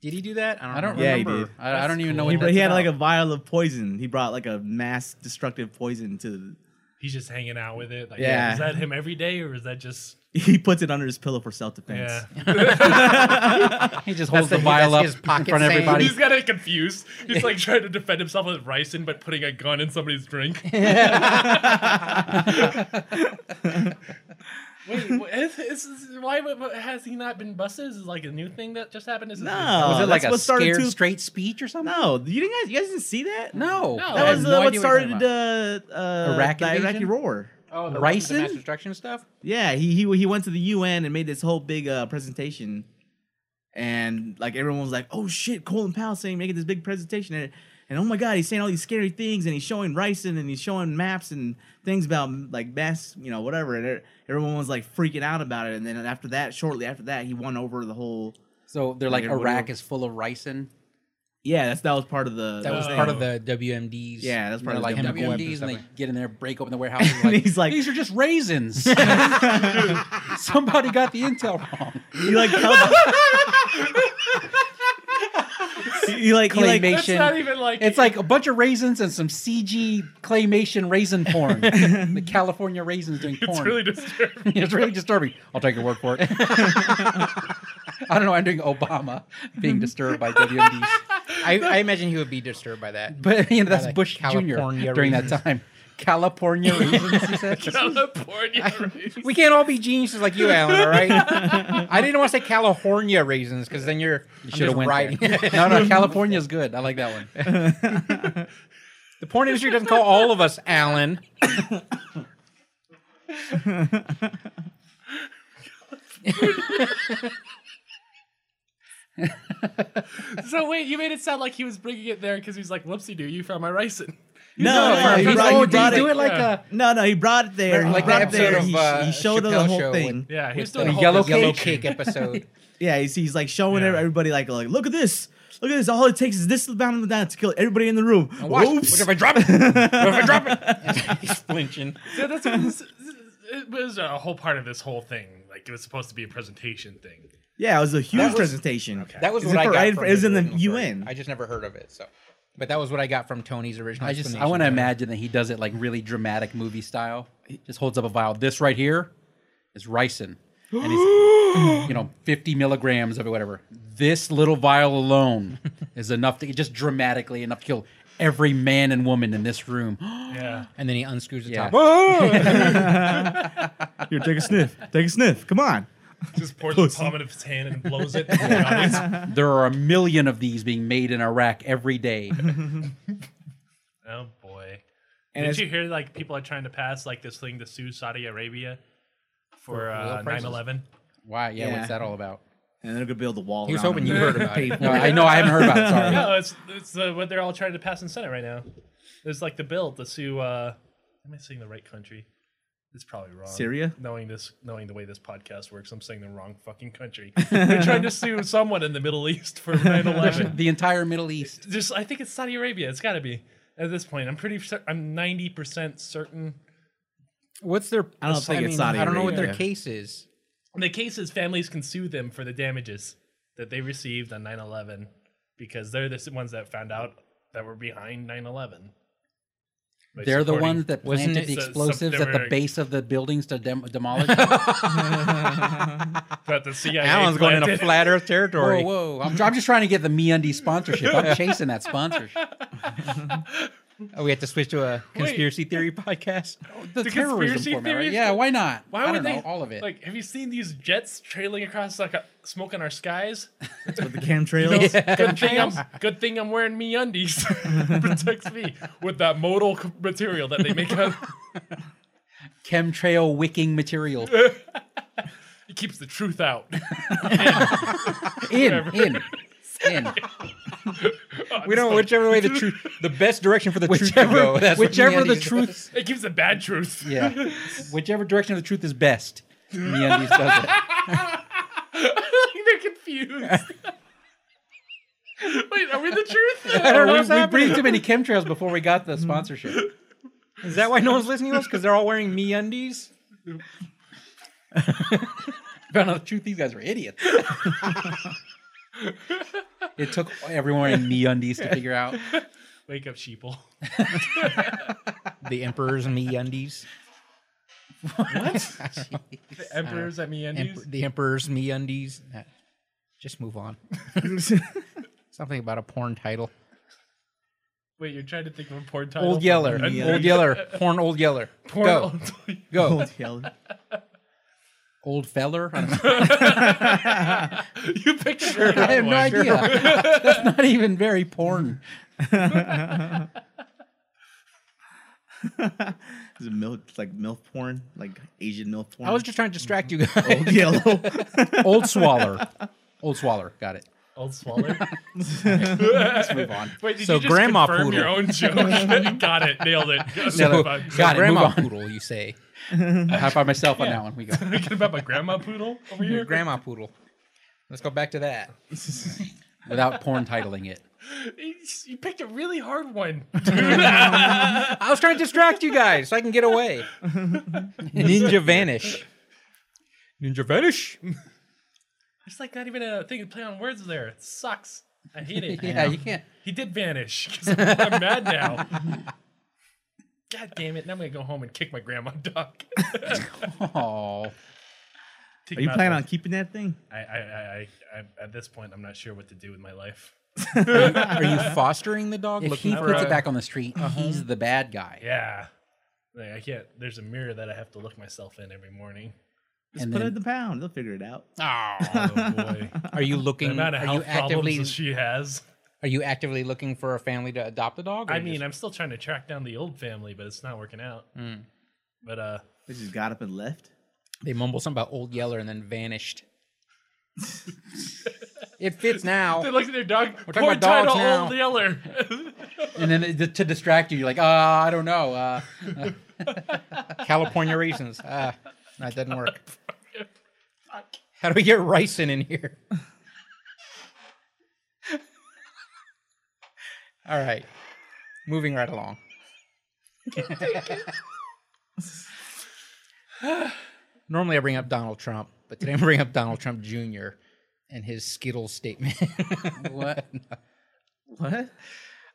Speaker 3: Did he do that? I
Speaker 5: I don't
Speaker 3: remember.
Speaker 2: Yeah, he
Speaker 5: remember.
Speaker 2: did.
Speaker 5: I, I don't even know
Speaker 4: cool.
Speaker 5: what
Speaker 2: He, brought,
Speaker 5: that's
Speaker 2: he had like a
Speaker 5: about.
Speaker 2: vial of poison. He brought like a mass destructive poison to.
Speaker 4: He's just hanging out with it. Like,
Speaker 2: Yeah.
Speaker 4: Is that him every day or is that just
Speaker 2: He puts it under his pillow for self defense.
Speaker 4: Yeah.
Speaker 5: He
Speaker 3: That's
Speaker 5: just holds the
Speaker 3: the-
Speaker 5: vial
Speaker 3: that's
Speaker 5: up
Speaker 3: his
Speaker 5: in
Speaker 3: pocket
Speaker 5: front of
Speaker 3: saying.
Speaker 5: everybody.
Speaker 4: He's got it confused. He's like trying to defend himself with ricin, but putting a gun in somebody's drink. Wait, what, is, is, is- why would- what- has he not been busted? Is this like a new thing that just happened? Is this-
Speaker 2: No.
Speaker 5: Was it
Speaker 2: that's
Speaker 5: like a
Speaker 2: what started
Speaker 5: scared
Speaker 2: to-
Speaker 5: straight speech or something?
Speaker 2: No, you didn't guys. You guys didn't see that.
Speaker 5: No.
Speaker 4: No. I
Speaker 2: that
Speaker 4: have
Speaker 2: was
Speaker 5: Oh, no
Speaker 2: uh, what
Speaker 5: idea you're talking
Speaker 2: started
Speaker 5: about.
Speaker 2: uh, uh,
Speaker 5: Iraq
Speaker 2: the Iraqi
Speaker 5: invasion?
Speaker 2: Roar.
Speaker 3: Oh,
Speaker 5: the- Ricin?
Speaker 3: the mass destruction stuff.
Speaker 2: Yeah, he he he went to the UN and made this whole big uh, presentation, and like everyone was like, "Oh shit, Colin Powell saying making this big presentation," and, and oh my god, he's saying all these scary things, and he's showing ricin, and he's showing maps and things about like mass, you know, whatever, and e- everyone was like freaking out about it, and then after that, shortly after that, he won over the whole.
Speaker 5: So they're
Speaker 2: Like,
Speaker 5: like,
Speaker 2: what do
Speaker 5: Iraq
Speaker 2: you-
Speaker 5: is full of ricin.
Speaker 2: Yeah, that's that was part of the.
Speaker 5: That was
Speaker 4: Oh.
Speaker 5: part of the WMDs.
Speaker 2: Yeah, that's part
Speaker 5: They're
Speaker 2: of the
Speaker 5: like
Speaker 2: chemical
Speaker 5: WMDs,
Speaker 2: weapons
Speaker 5: and they
Speaker 2: stuff.
Speaker 5: get in there, break open the warehouse. And
Speaker 2: And
Speaker 5: like,
Speaker 2: he's like-
Speaker 5: "These are just raisins." Somebody got the intel wrong.
Speaker 2: He like held- he like he like
Speaker 4: That's not even like
Speaker 5: It's like a bunch of raisins and some CG claymation raisin porn. the California raisins doing porn.
Speaker 4: it's really disturbing.
Speaker 5: it's really disturbing. I'll take your word for it. I don't know. I'm doing Obama being disturbed by WMDs,
Speaker 3: I, I imagine he would be disturbed by that.
Speaker 5: but you know that's
Speaker 3: Like
Speaker 5: Bush Jr.
Speaker 3: California
Speaker 5: during that
Speaker 3: raisins.
Speaker 5: time. California raisins, he said.
Speaker 4: California.
Speaker 3: We can't all be geniuses like you, Alan. All right. I didn't want to say California raisins because then you're you
Speaker 5: Should have went there. no, no, California's good. I like that one.
Speaker 3: the porn industry doesn't call all of us Alan.
Speaker 4: so wait, you made it sound like he was bringing it there because he's like, "Whoopsie, do you found my ricin?"
Speaker 2: no no,
Speaker 5: Oh,
Speaker 2: he
Speaker 5: he's-
Speaker 2: brought-
Speaker 5: oh,
Speaker 2: he
Speaker 5: did
Speaker 2: brought
Speaker 5: he do
Speaker 2: it-
Speaker 5: it like
Speaker 4: Yeah.
Speaker 2: No, no, he brought it there.
Speaker 3: Like
Speaker 2: he
Speaker 3: the
Speaker 2: brought it
Speaker 3: episode
Speaker 2: there.
Speaker 3: of,
Speaker 2: he,
Speaker 3: uh,
Speaker 2: he showed her the
Speaker 3: Chappelle
Speaker 2: whole
Speaker 3: Show
Speaker 2: thing.
Speaker 3: with-
Speaker 4: Yeah, he was
Speaker 3: The
Speaker 4: doing a whole
Speaker 3: yellow,
Speaker 4: thing.
Speaker 3: yellow cake episode.
Speaker 2: Yeah, he's, he's like showing
Speaker 4: Yeah.
Speaker 2: everybody like like look at this, look at this. All it takes is this amount of down to kill everybody in the room.
Speaker 3: Watch.
Speaker 2: Oops.
Speaker 3: What if I drop it? What if I drop it? He's flinching.
Speaker 4: Yeah, that's what this, it was a whole part of this whole thing. Like it was supposed to be a presentation thing.
Speaker 2: Yeah, it was a huge presentation.
Speaker 3: That was
Speaker 2: Is
Speaker 3: what
Speaker 2: it
Speaker 3: I
Speaker 2: for-
Speaker 3: got.
Speaker 2: it-
Speaker 3: from
Speaker 2: it was
Speaker 3: his
Speaker 2: in the
Speaker 3: original story.
Speaker 2: UN.
Speaker 3: I just never heard of it. So, but that was what I got from Tony's original.
Speaker 5: I just I
Speaker 3: explanation
Speaker 5: want to
Speaker 3: of it.
Speaker 5: imagine that he does it like really dramatic movie style. He just holds up a vial. This right here is ricin, and he's you know fifty milligrams of it, whatever. This little vial alone is enough to just dramatically enough to kill every man and woman in this room.
Speaker 4: Yeah.
Speaker 3: And then he unscrews the top.
Speaker 5: Yeah.
Speaker 2: Oh! Here, take a sniff. Take a sniff. Come on.
Speaker 4: Just pours the palm of his hand and blows it. in the audience.
Speaker 5: there are a million of these being made in Iraq every day.
Speaker 4: oh boy!
Speaker 2: And
Speaker 4: Did
Speaker 2: it's-
Speaker 4: you hear like people are trying to pass like this thing to sue Saudi Arabia for
Speaker 3: oil
Speaker 4: uh,
Speaker 3: prices?
Speaker 4: 9/11?
Speaker 5: Why? Yeah,
Speaker 2: Yeah.
Speaker 5: what's that all about?
Speaker 2: And they're gonna build a wall.
Speaker 3: He was
Speaker 2: around
Speaker 3: hoping
Speaker 2: him.
Speaker 3: you heard about it.
Speaker 5: No, I know I haven't heard about it. Sorry.
Speaker 4: No, it's it's uh, what they're all trying to pass in Senate right now. It's like the bill to sue. Uh, am I saying the right country? It's probably wrong.
Speaker 2: Syria?
Speaker 4: Knowing this, knowing the way this podcast works, I'm saying the wrong fucking country. they're trying to sue someone in the Middle East for 9/11.
Speaker 5: The entire Middle East.
Speaker 4: just I think it's Saudi Arabia. It's got to be at this point. I'm pretty. cer- I'm ninety percent certain.
Speaker 3: What's their?
Speaker 2: I don't think it's Saudi
Speaker 3: I don't know what their
Speaker 2: Arabia.
Speaker 3: case is.
Speaker 4: The case is families can sue them for the damages that they received on 9/11 because they're the s- ones that found out that were behind 9/11. By
Speaker 5: They're the
Speaker 4: supporting-
Speaker 5: ones that
Speaker 3: Wasn't
Speaker 5: planted
Speaker 3: it
Speaker 5: the
Speaker 4: so- some-
Speaker 5: explosives
Speaker 4: they
Speaker 5: at the
Speaker 4: were-
Speaker 5: base of the buildings to dem- demolish. whoa,
Speaker 4: that the CIA.
Speaker 3: Alan's going into
Speaker 4: planted.
Speaker 3: flat Earth territory.
Speaker 5: whoa! I'm, I'm just trying to get the MeUndies sponsorship. I'm chasing that sponsorship.
Speaker 3: Oh, we have to switch to a conspiracy theory podcast.
Speaker 5: The,
Speaker 4: The
Speaker 5: terrorism
Speaker 4: conspiracy
Speaker 5: format, right?
Speaker 4: theories?
Speaker 5: Yeah, why not?
Speaker 4: Why
Speaker 5: I
Speaker 4: would
Speaker 5: don't
Speaker 4: they
Speaker 5: know, all of it?
Speaker 4: Like, have you seen these jets trailing across like a, smoke in our skies?
Speaker 2: with the chemtrails.
Speaker 4: Good thing I'm good thing I'm wearing me undies. protects me with that modal c- material that they make out.
Speaker 5: Chemtrail wicking material
Speaker 4: It keeps the truth out.
Speaker 5: in in in
Speaker 3: We don't whichever way the truth, the best direction for the truth to go.
Speaker 5: whichever
Speaker 3: That's what
Speaker 5: whichever the
Speaker 3: MeUndies
Speaker 5: truth
Speaker 4: It keeps the bad truth.
Speaker 5: Yeah. Whichever direction of the truth is best. MeUndies does it.
Speaker 4: They're confused. Wait, are we the truth?
Speaker 5: we, we breathed too many chemtrails before we got the
Speaker 4: Mm.
Speaker 5: sponsorship.
Speaker 3: Is that why no one's listening to us? Because they're all wearing me undies?
Speaker 5: Found out the truth, these guys are idiots. it took everyone in MeUndies to figure out. Uh,
Speaker 4: Wake up, sheeple.
Speaker 3: The emperor's me undies.
Speaker 4: The emperors at MeUndies.
Speaker 3: Emp- the Emperor's Me Undies. Just move on. Something about a porn title.
Speaker 4: Wait, you're trying to think of a porn title.
Speaker 3: Old
Speaker 4: for
Speaker 3: Yeller.
Speaker 4: MeUndies?
Speaker 3: Old Yeller. Porn Old Yeller.
Speaker 4: Porn
Speaker 3: Go.
Speaker 4: Old Yeller.
Speaker 3: Go.
Speaker 2: Old Yeller.
Speaker 5: Old feller. I, don't know.
Speaker 4: you picked a very
Speaker 5: I
Speaker 4: hard
Speaker 5: have no
Speaker 4: one.
Speaker 5: idea. That's not even very porn.
Speaker 2: Is it milk? It's like milk porn, like Asian milk porn.
Speaker 3: I was just trying to distract you guys.
Speaker 2: Old Yellow.
Speaker 5: Old swaller. Old swaller. Got it.
Speaker 4: Old Swaller.
Speaker 5: Let's move on.
Speaker 4: Wait, did
Speaker 3: So
Speaker 4: you just
Speaker 3: grandma
Speaker 4: confirm
Speaker 3: poodle.
Speaker 4: your own joke? Got it. Nailed it.
Speaker 5: So,
Speaker 4: Got it.
Speaker 5: got it. Move
Speaker 3: grandma
Speaker 5: on.
Speaker 3: poodle, you say.
Speaker 5: High five myself on that one. We go.
Speaker 4: Thinking about my grandma poodle over here.
Speaker 3: Your grandma poodle. Let's go back to that.
Speaker 5: Without porn titling it.
Speaker 4: You you picked a really hard one.
Speaker 3: I was trying to distract you guys so I can get away. Ninja vanish. Ninja vanish.
Speaker 4: It's like not even a thing to play on words there. It sucks. I hate it.
Speaker 5: Yeah, you can't.
Speaker 4: He did vanish. 'cause I'm, I'm mad now. God damn it. Now I'm going to go home and kick my grandma dog.
Speaker 5: Oh,
Speaker 2: Are you planning on keeping that thing?
Speaker 4: I, I, I, I, I, at this point, I'm not sure what to do with my life.
Speaker 3: Are you fostering the dog?
Speaker 5: if he
Speaker 4: for
Speaker 5: puts
Speaker 4: a-
Speaker 5: it back on the street, he's the bad guy.
Speaker 4: Yeah. Like, I can't. There's a mirror that I have to look myself in every morning.
Speaker 2: Just
Speaker 5: And
Speaker 2: put
Speaker 5: then-
Speaker 2: it in the pound. They'll figure it out.
Speaker 3: Oh.
Speaker 4: Oh, boy.
Speaker 3: Are you
Speaker 4: the
Speaker 3: looking?
Speaker 4: amount of
Speaker 3: are you
Speaker 4: health
Speaker 3: actively?
Speaker 4: problems she has.
Speaker 3: Are you actively looking for a family to adopt a dog? or
Speaker 4: I
Speaker 3: you
Speaker 4: mean,
Speaker 3: just-
Speaker 4: I'm still trying to track down the old family, but it's not working out. But uh,
Speaker 2: They just got up and left.
Speaker 3: they mumble something about Old Yeller and then vanished. it fits now.
Speaker 4: they look at their dog. We're
Speaker 3: talking
Speaker 4: point
Speaker 3: about dogs
Speaker 4: title
Speaker 3: now.
Speaker 4: old yeller.
Speaker 5: And then it, to distract you, you're like, ah, I don't know. Uh,
Speaker 3: California raisins. Ah, that doesn't work. How do we get ricin in here? All right, moving right along. Normally, I bring up Donald Trump, but today I'm bringing up Donald Trump Jr. and his Skittles statement.
Speaker 5: what?
Speaker 2: What?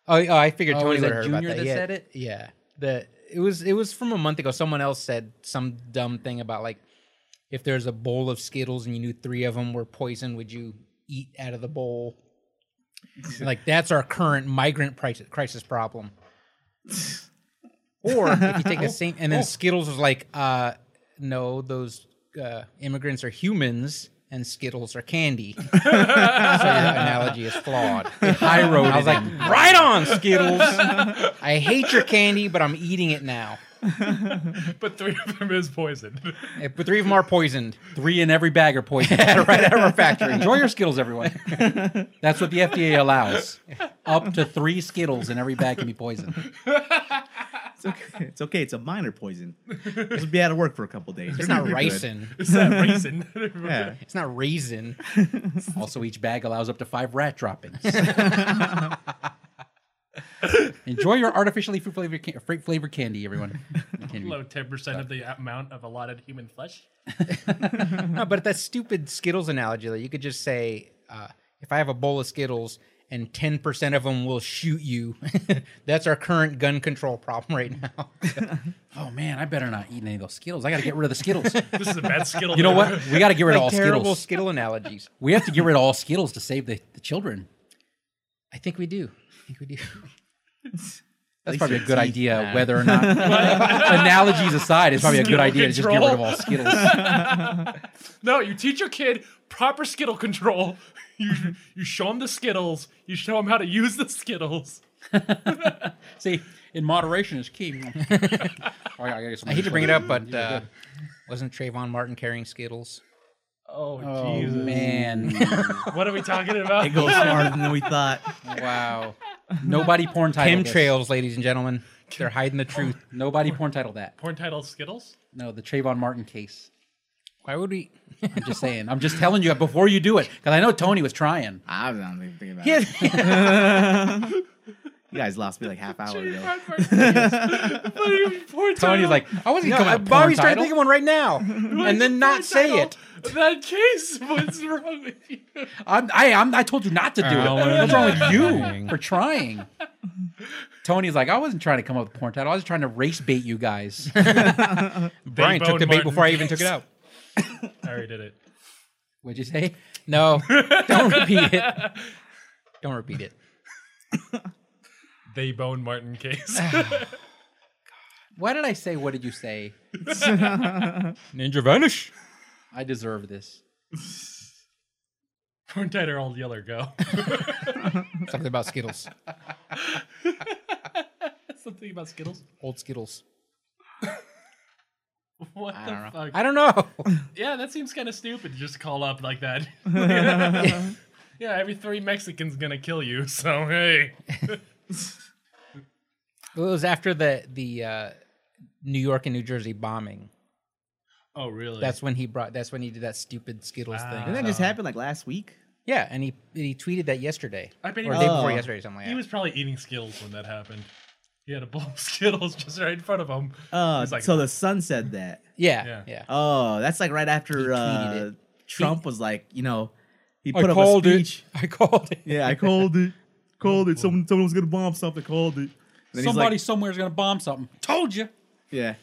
Speaker 3: Oh, oh, I figured
Speaker 5: Oh,
Speaker 3: Tony
Speaker 5: was
Speaker 3: would
Speaker 5: it
Speaker 3: have heard about
Speaker 5: Junior
Speaker 3: that.
Speaker 5: that
Speaker 3: yeah.
Speaker 5: said it?
Speaker 3: Yeah. The it was it was from a month ago. Someone else said some dumb thing about like if there's a bowl of Skittles and you knew three of them were poison, would you eat out of the bowl? like that's our current migrant crisis, crisis problem. or if you take the same and then
Speaker 5: Oh.
Speaker 3: Skittles was like, uh, no, those uh, immigrants are humans and Skittles are candy. so your analogy is flawed. High road. I was like, right on Skittles. I hate your candy, but I'm eating it now.
Speaker 4: but three of them is poisoned.
Speaker 3: Eh, But three of them are poisoned.
Speaker 5: Three in every bag are poison.
Speaker 3: right out of our factory.
Speaker 5: Enjoy your Skittles, everyone. That's what the FDA allows. Up to three Skittles in every bag can be poison.
Speaker 2: It's okay. It's okay. It's a minor poison. Just be out of work for a couple days.
Speaker 3: It's
Speaker 2: You're
Speaker 3: not
Speaker 2: gonna be good.
Speaker 3: ricin.
Speaker 4: Is that raisin?
Speaker 2: Yeah.
Speaker 3: It's not raisin.
Speaker 5: Also, each bag allows up to five rat droppings. Enjoy your artificially fruit flavored, can- fruit flavored candy, everyone. Candy.
Speaker 4: Low ten percent of the amount of allotted human flesh.
Speaker 3: No, but that stupid Skittles analogy, like, you could just say, uh, if I have a bowl of Skittles and 10% of them will shoot you, that's our current gun control problem right now.
Speaker 5: Oh man, I better not eat any of those Skittles. I got to get rid of the Skittles. you
Speaker 4: This is a bad skittle.
Speaker 5: know what? We got to get rid of all
Speaker 3: Like, terrible
Speaker 5: Skittles.
Speaker 3: Skittle analogies.
Speaker 5: we have to get rid of all Skittles to save the, the children.
Speaker 3: I think we do. I think we do.
Speaker 5: That's
Speaker 2: least
Speaker 5: probably a
Speaker 2: your
Speaker 5: good
Speaker 2: teeth,
Speaker 5: idea,
Speaker 3: man.
Speaker 5: whether or not analogies aside, it's probably a good idea to just get rid of all Skittles.
Speaker 4: No, you teach your kid proper skittle control. You you show them the skittles. You show them how to use the skittles.
Speaker 5: See, in moderation is key.
Speaker 3: I hate to bring it up, but uh, wasn't Trayvon Martin carrying Skittles?
Speaker 4: Oh,
Speaker 5: Oh
Speaker 4: Jesus!
Speaker 5: man!
Speaker 4: What are we talking about?
Speaker 2: It goes harder than we thought.
Speaker 5: wow. Nobody porn titled this.
Speaker 3: Chemtrails, ladies and gentlemen. They're hiding
Speaker 2: Oh.
Speaker 3: the truth.
Speaker 5: Nobody porn titled that.
Speaker 4: Porn title Skittles.
Speaker 5: No, the Trayvon Martin case.
Speaker 3: Why would we?
Speaker 5: I'm just saying. I'm just telling you before you do it, because I know Tony was trying.
Speaker 2: I was not even thinking about it.
Speaker 3: Yeah.
Speaker 2: You guys lost me like half hour ago.
Speaker 5: Tony's like, I wasn't
Speaker 3: No,
Speaker 5: coming
Speaker 3: uh,
Speaker 5: up
Speaker 3: Bobby's
Speaker 5: with porn
Speaker 3: trying to
Speaker 5: title.
Speaker 3: think of one right now, and then not say it.
Speaker 4: That case. What's wrong with you?
Speaker 5: I'm, I, I'm, I told you not to do it.
Speaker 3: Alan
Speaker 5: What's wrong with you for trying? Tony's like, I wasn't trying to come up with a porn title. I was trying to race bait you guys.
Speaker 3: Brian took
Speaker 4: bone
Speaker 3: the bait
Speaker 4: Martin.
Speaker 3: before I even took it out.
Speaker 4: I already did it.
Speaker 5: What'd you say?
Speaker 3: No, don't repeat it. Don't repeat it.
Speaker 4: They bone Martin case.
Speaker 5: Why did I say? What did you say?
Speaker 3: Ninja vanish.
Speaker 5: I deserve this.
Speaker 4: Corn tight or all yeller go.
Speaker 6: Something about Skittles.
Speaker 4: Something about Skittles.
Speaker 6: Old Skittles.
Speaker 4: What the fuck?
Speaker 3: I don't know.
Speaker 4: yeah, that seems kind of stupid to just call up like that. yeah, every three Mexicans gonna kill you. So hey,
Speaker 3: Well, it was after the the uh, New York and New Jersey bombing.
Speaker 4: oh really?
Speaker 3: That's when he brought. That's when he did that stupid Skittles
Speaker 4: Ah.
Speaker 2: Didn't
Speaker 3: thing.
Speaker 2: that just happen like last week?
Speaker 3: Yeah, and he he tweeted that yesterday
Speaker 4: I bet he
Speaker 3: or
Speaker 4: was,
Speaker 3: day before
Speaker 2: Oh.
Speaker 3: yesterday, something like that.
Speaker 4: he was probably eating Skittles when that happened. He had a bowl of Skittles just right in front of him.
Speaker 2: Uh,
Speaker 4: He's like-
Speaker 2: so the sun said that.
Speaker 3: yeah, yeah.
Speaker 4: Yeah.
Speaker 2: Oh, that's like right
Speaker 3: He
Speaker 2: after
Speaker 3: tweeted
Speaker 2: uh,
Speaker 3: it.
Speaker 2: Trump was like, you know, he
Speaker 3: I
Speaker 2: put up a
Speaker 3: called it.
Speaker 2: speech.
Speaker 3: I called it.
Speaker 2: Yeah, I called it. Called it. Someone, someone was gonna bomb something. Called it. And then he's like-
Speaker 5: Somebody somewhere is gonna bomb something.
Speaker 3: Told you.
Speaker 2: yeah.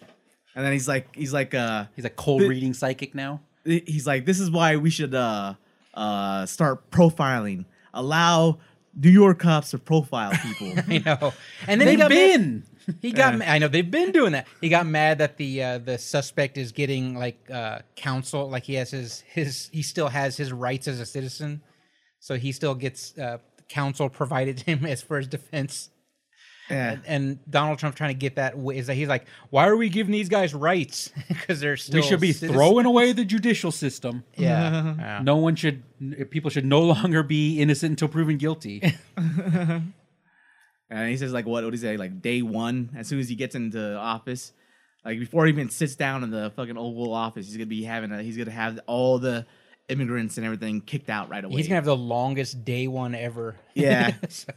Speaker 2: And then he's like, he's like, uh,
Speaker 5: He's a cold
Speaker 2: The-
Speaker 5: reading psychic now.
Speaker 2: he's like, this is why we should uh, uh, start profiling. Allow New York cops to profile people.
Speaker 3: I know. And then he
Speaker 5: They've
Speaker 3: got mad-
Speaker 5: been.
Speaker 3: He
Speaker 5: Eh.
Speaker 3: got. ma- I know they've been doing that. He got mad that the uh, the suspect is getting like uh, counsel, like he has his his he still has his rights as a citizen, so he still gets uh, counsel provided to him as for his defense.
Speaker 2: yeah.
Speaker 3: And Donald Trump trying to get that wa- is that he's like, why are we giving these guys rights? Because they're still
Speaker 5: We should be
Speaker 3: citizens."
Speaker 5: throwing away the judicial system. Mm-hmm.
Speaker 3: Yeah. Yeah.
Speaker 5: No one should. People should no longer be innocent until proven guilty.
Speaker 2: And he says like what? What is that? Like day one, as soon as he gets into office, like before he even sits down in the fucking Oval Office, he's gonna be having a, he's gonna have all the immigrants and everything kicked out right away.
Speaker 3: He's gonna have the longest day one ever.
Speaker 2: yeah.
Speaker 3: So-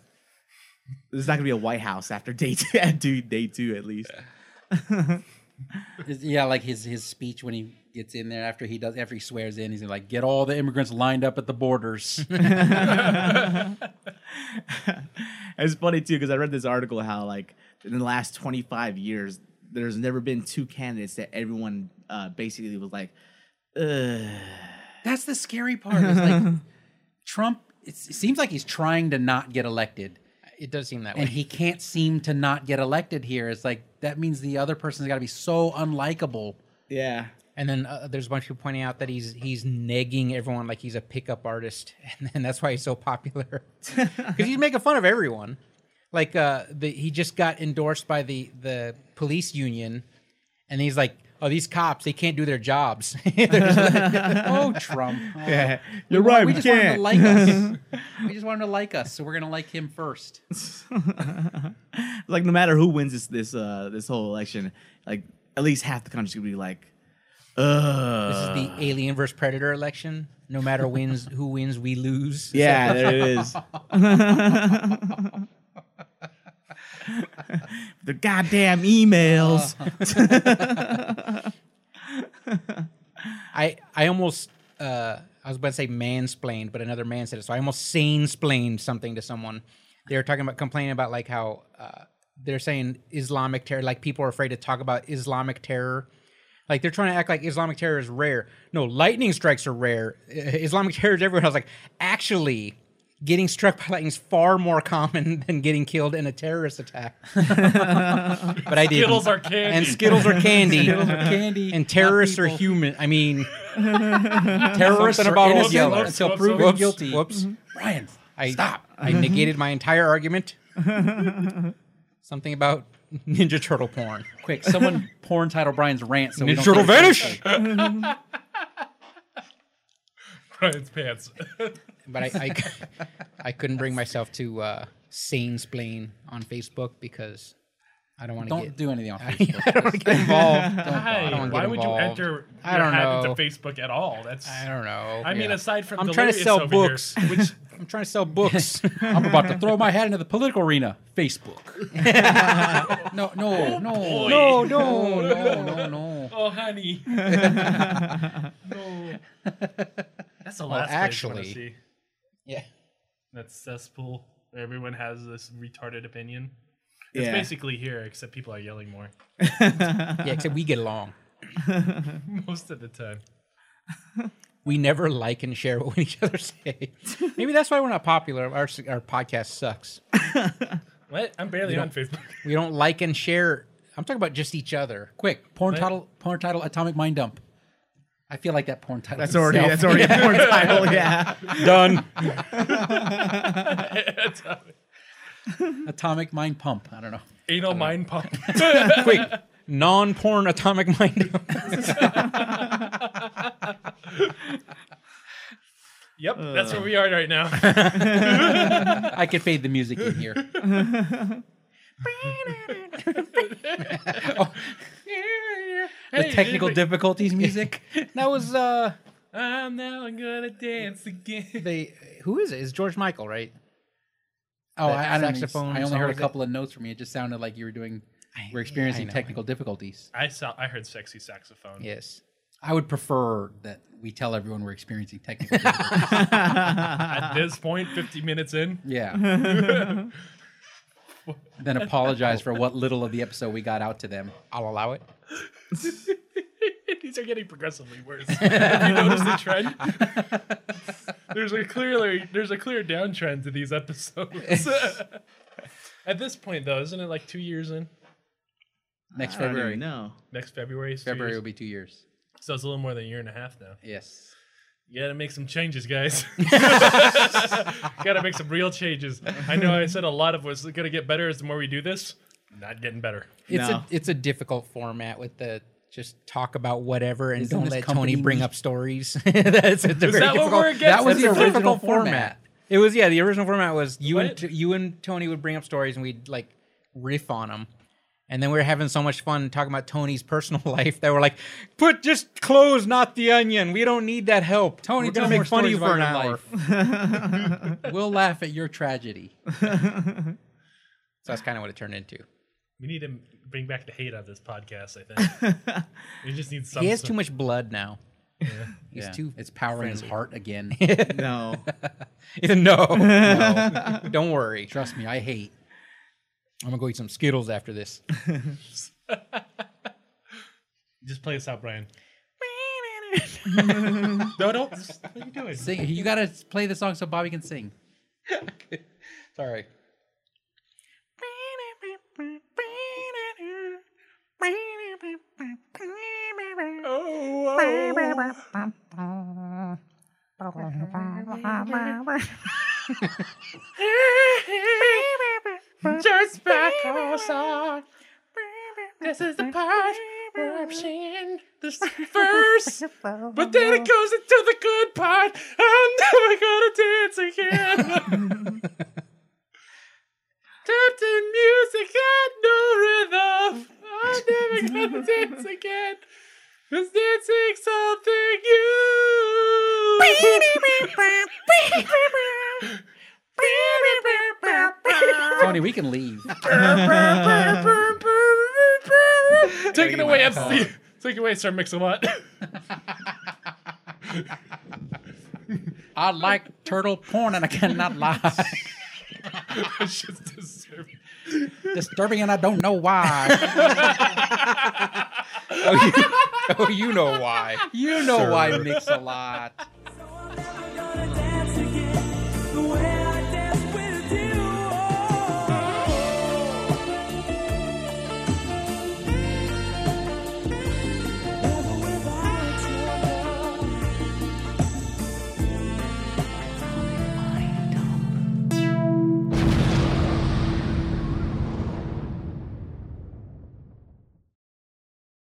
Speaker 2: There's not gonna be a White House after day two, dude. Day two at least.
Speaker 5: yeah, like his his speech when he gets in there after he does after he swears in, he's like, "Get all the immigrants lined up at the borders."
Speaker 2: it's funny too because I read this article how like in the last 25 years there's never been two candidates that everyone uh, basically was like, Ugh.
Speaker 5: That's the scary part. Is like Trump. It's, it seems like he's trying to not get elected,
Speaker 3: it does seem that way.
Speaker 5: and he can't seem to not get elected here. It's like that means the other person's got to be so unlikable.
Speaker 2: yeah.
Speaker 3: And then uh, there's a bunch of people pointing out that he's he's negging everyone like he's a pickup artist, and, then that's why he's so popular because he's making fun of everyone. Like uh, the, he just got endorsed by the the police union, and he's like, "Oh, these cops, they can't do their jobs." They're just like,
Speaker 5: Oh, Trump. Oh.
Speaker 2: Yeah, you're right.
Speaker 5: We
Speaker 2: We,
Speaker 5: just want him
Speaker 2: can't.
Speaker 5: to like us. we just want him to like us, so we're gonna like him first.
Speaker 2: like no matter who wins this this uh this whole election, like at least half the country's gonna be like,
Speaker 3: this is
Speaker 2: uh
Speaker 3: the alien versus predator election. No matter wins who wins, we lose.
Speaker 2: yeah, there it is. the goddamn emails.
Speaker 3: I I almost uh, I was about to say mansplained, but another man said it, so I almost sane-splained something to someone. They were talking about complaining about like how uh, they're saying Islamic terror, like people are afraid to talk about Islamic terror. Like they're trying to act like Islamic terror is rare. No, lightning strikes are rare. I- Islamic terror is everywhere. I was like, actually, getting struck by lightning is far more common than getting killed in a terrorist attack. but I did.
Speaker 4: Skittles are candy.
Speaker 3: And Skittles are candy.
Speaker 5: Candy
Speaker 3: And terrorists are
Speaker 5: people.
Speaker 3: human. I mean, terrorists are about
Speaker 4: all
Speaker 3: innocent
Speaker 4: yellow.
Speaker 3: until
Speaker 4: Whoops,
Speaker 3: proven
Speaker 4: whoops,
Speaker 3: guilty. Whoops.
Speaker 5: Brian,
Speaker 3: I, Stop. I
Speaker 4: Mm-hmm.
Speaker 3: negated my entire argument. Something about Ninja Turtle porn.
Speaker 5: quick, someone porn title Brian's rant. So we don't think-
Speaker 3: vanish.
Speaker 4: Brian's pants.
Speaker 3: But I, I, c- I couldn't bring myself to uh, sane splain on Facebook because I don't want to
Speaker 5: Don't
Speaker 3: get.
Speaker 5: do anything on
Speaker 3: I
Speaker 5: Facebook.
Speaker 3: don't wanna get involved.
Speaker 4: Hi,
Speaker 3: don't get
Speaker 4: why would you
Speaker 3: involved.
Speaker 4: enter your
Speaker 3: I don't
Speaker 4: hat
Speaker 3: know.
Speaker 4: into Facebook at all? That's
Speaker 3: I don't know.
Speaker 4: I mean,
Speaker 3: Yeah.
Speaker 4: aside from
Speaker 3: I'm trying to
Speaker 4: Delirious
Speaker 3: sell
Speaker 4: over here,
Speaker 3: books.
Speaker 4: which
Speaker 3: I'm trying to sell books.
Speaker 5: I'm about to throw my hat into the political arena. Facebook. no, no,
Speaker 4: Oh,
Speaker 5: no,
Speaker 4: boy.
Speaker 5: no, no, no, no, no.
Speaker 4: oh honey, no, that's the last place
Speaker 3: actually-
Speaker 4: I want to see.
Speaker 3: yeah.
Speaker 4: That's cesspool. Everyone has this retarded opinion. It's
Speaker 2: Yeah.
Speaker 4: basically here, except people are yelling more
Speaker 5: Yeah, except we get along.
Speaker 4: most of the time.
Speaker 5: We never like and share what each other say. Maybe that's why we're not popular. Our our podcast sucks.
Speaker 4: What? I'm barely on Facebook.
Speaker 5: We don't like and share. I'm talking about just each other. Quick, porn
Speaker 4: Right.
Speaker 5: title, porn title, Atomic Mind Dump. I feel like that porn title.
Speaker 2: That's already
Speaker 5: itself-
Speaker 2: that's already a porn title. Yeah.
Speaker 3: Done.
Speaker 5: Atomic Mind Pump. I don't know.
Speaker 4: Anal mind pump.
Speaker 3: Quick. Non-porn atomic mind. dump.
Speaker 4: yep, that's where we are right now.
Speaker 5: I could fade the music in here. The technical difficulties music. That was uh
Speaker 4: I'm now gonna dance again.
Speaker 3: they who is it? It's George Michael, right?
Speaker 5: oh I, I don't
Speaker 3: saxophone
Speaker 5: saxophone. I only
Speaker 3: song
Speaker 5: heard a
Speaker 3: was it?
Speaker 5: couple of notes from you. It just sounded like you were doing we're experiencing technical difficulties.
Speaker 4: I saw. I heard sexy saxophone.
Speaker 3: Yes.
Speaker 5: I would prefer that we tell everyone we're experiencing technical difficulties.
Speaker 4: At this point, 50 minutes in,
Speaker 5: yeah. then apologize for what little of the episode we got out to them.
Speaker 3: I'll allow it.
Speaker 4: these are getting progressively worse. Have you noticed the trend? there's a clearly there's a clear downtrend to these episodes. At this point, though, isn't it like two years in?
Speaker 5: Next
Speaker 2: February.
Speaker 5: February.
Speaker 2: No.
Speaker 4: Next February. is two
Speaker 5: February
Speaker 4: years.
Speaker 5: will be two years.
Speaker 4: So it's a little more than a year and a half now.
Speaker 5: Yes.
Speaker 4: You gotta make some changes, guys. gotta make some real changes. I know I said a lot of what's gonna get better as the more we do this. Not getting better.
Speaker 3: It's
Speaker 2: No.
Speaker 3: a it's a difficult format with the just talk about whatever and
Speaker 5: Isn't
Speaker 3: don't
Speaker 5: this
Speaker 3: let Tony
Speaker 5: company
Speaker 3: bring
Speaker 5: neat?
Speaker 3: up stories. That's a very
Speaker 4: that what
Speaker 3: difficult-
Speaker 4: we're against?
Speaker 3: That was
Speaker 4: That's
Speaker 3: the
Speaker 4: a
Speaker 3: original
Speaker 5: difficult
Speaker 3: format.
Speaker 5: format.
Speaker 3: It was yeah. The original format was you and
Speaker 4: What?
Speaker 3: T- you and Tony would bring up stories and we'd like riff on them. And then we were having so much fun talking about Tony's personal life that we're like, put just close, not the onion. We don't need that help.
Speaker 5: Tony,
Speaker 3: we're gonna
Speaker 5: tell
Speaker 3: make
Speaker 5: more
Speaker 3: fun of
Speaker 5: stories
Speaker 3: you for an
Speaker 5: about your
Speaker 3: hour.
Speaker 5: We'll laugh at your tragedy.
Speaker 3: So that's kind of what it turned into.
Speaker 4: We need to bring back the hate on this podcast, I think. we just need something.
Speaker 3: He has too much blood now.
Speaker 5: He's
Speaker 3: too
Speaker 5: It's powering his heart again.
Speaker 2: No.
Speaker 3: no, no, don't worry.
Speaker 5: Trust me, I hate.
Speaker 3: I'm gonna go eat some Skittles after this.
Speaker 4: Just play us out, Brian. no, don't. just- What are you doing?
Speaker 5: Sing. You gotta play the song so Bobby can sing.
Speaker 3: Sorry.
Speaker 1: Just back us on. This is the part where I'm singing this verse. But then it
Speaker 4: goes into the good part. I'm never gonna dance again.
Speaker 3: Oh,
Speaker 4: Trapped in music, got no rhythm. I'm never gonna dance again. Cause dancing something
Speaker 5: Tony, we can leave.
Speaker 4: you. Take it away, MC. Take it away, Sir Mix-a-Lot.
Speaker 5: I like turtle porn and I cannot lie.
Speaker 4: it's just disturbing.
Speaker 5: Disturbing and I don't know why.
Speaker 3: Oh, you, oh, you know why.
Speaker 5: You know why mix a lot.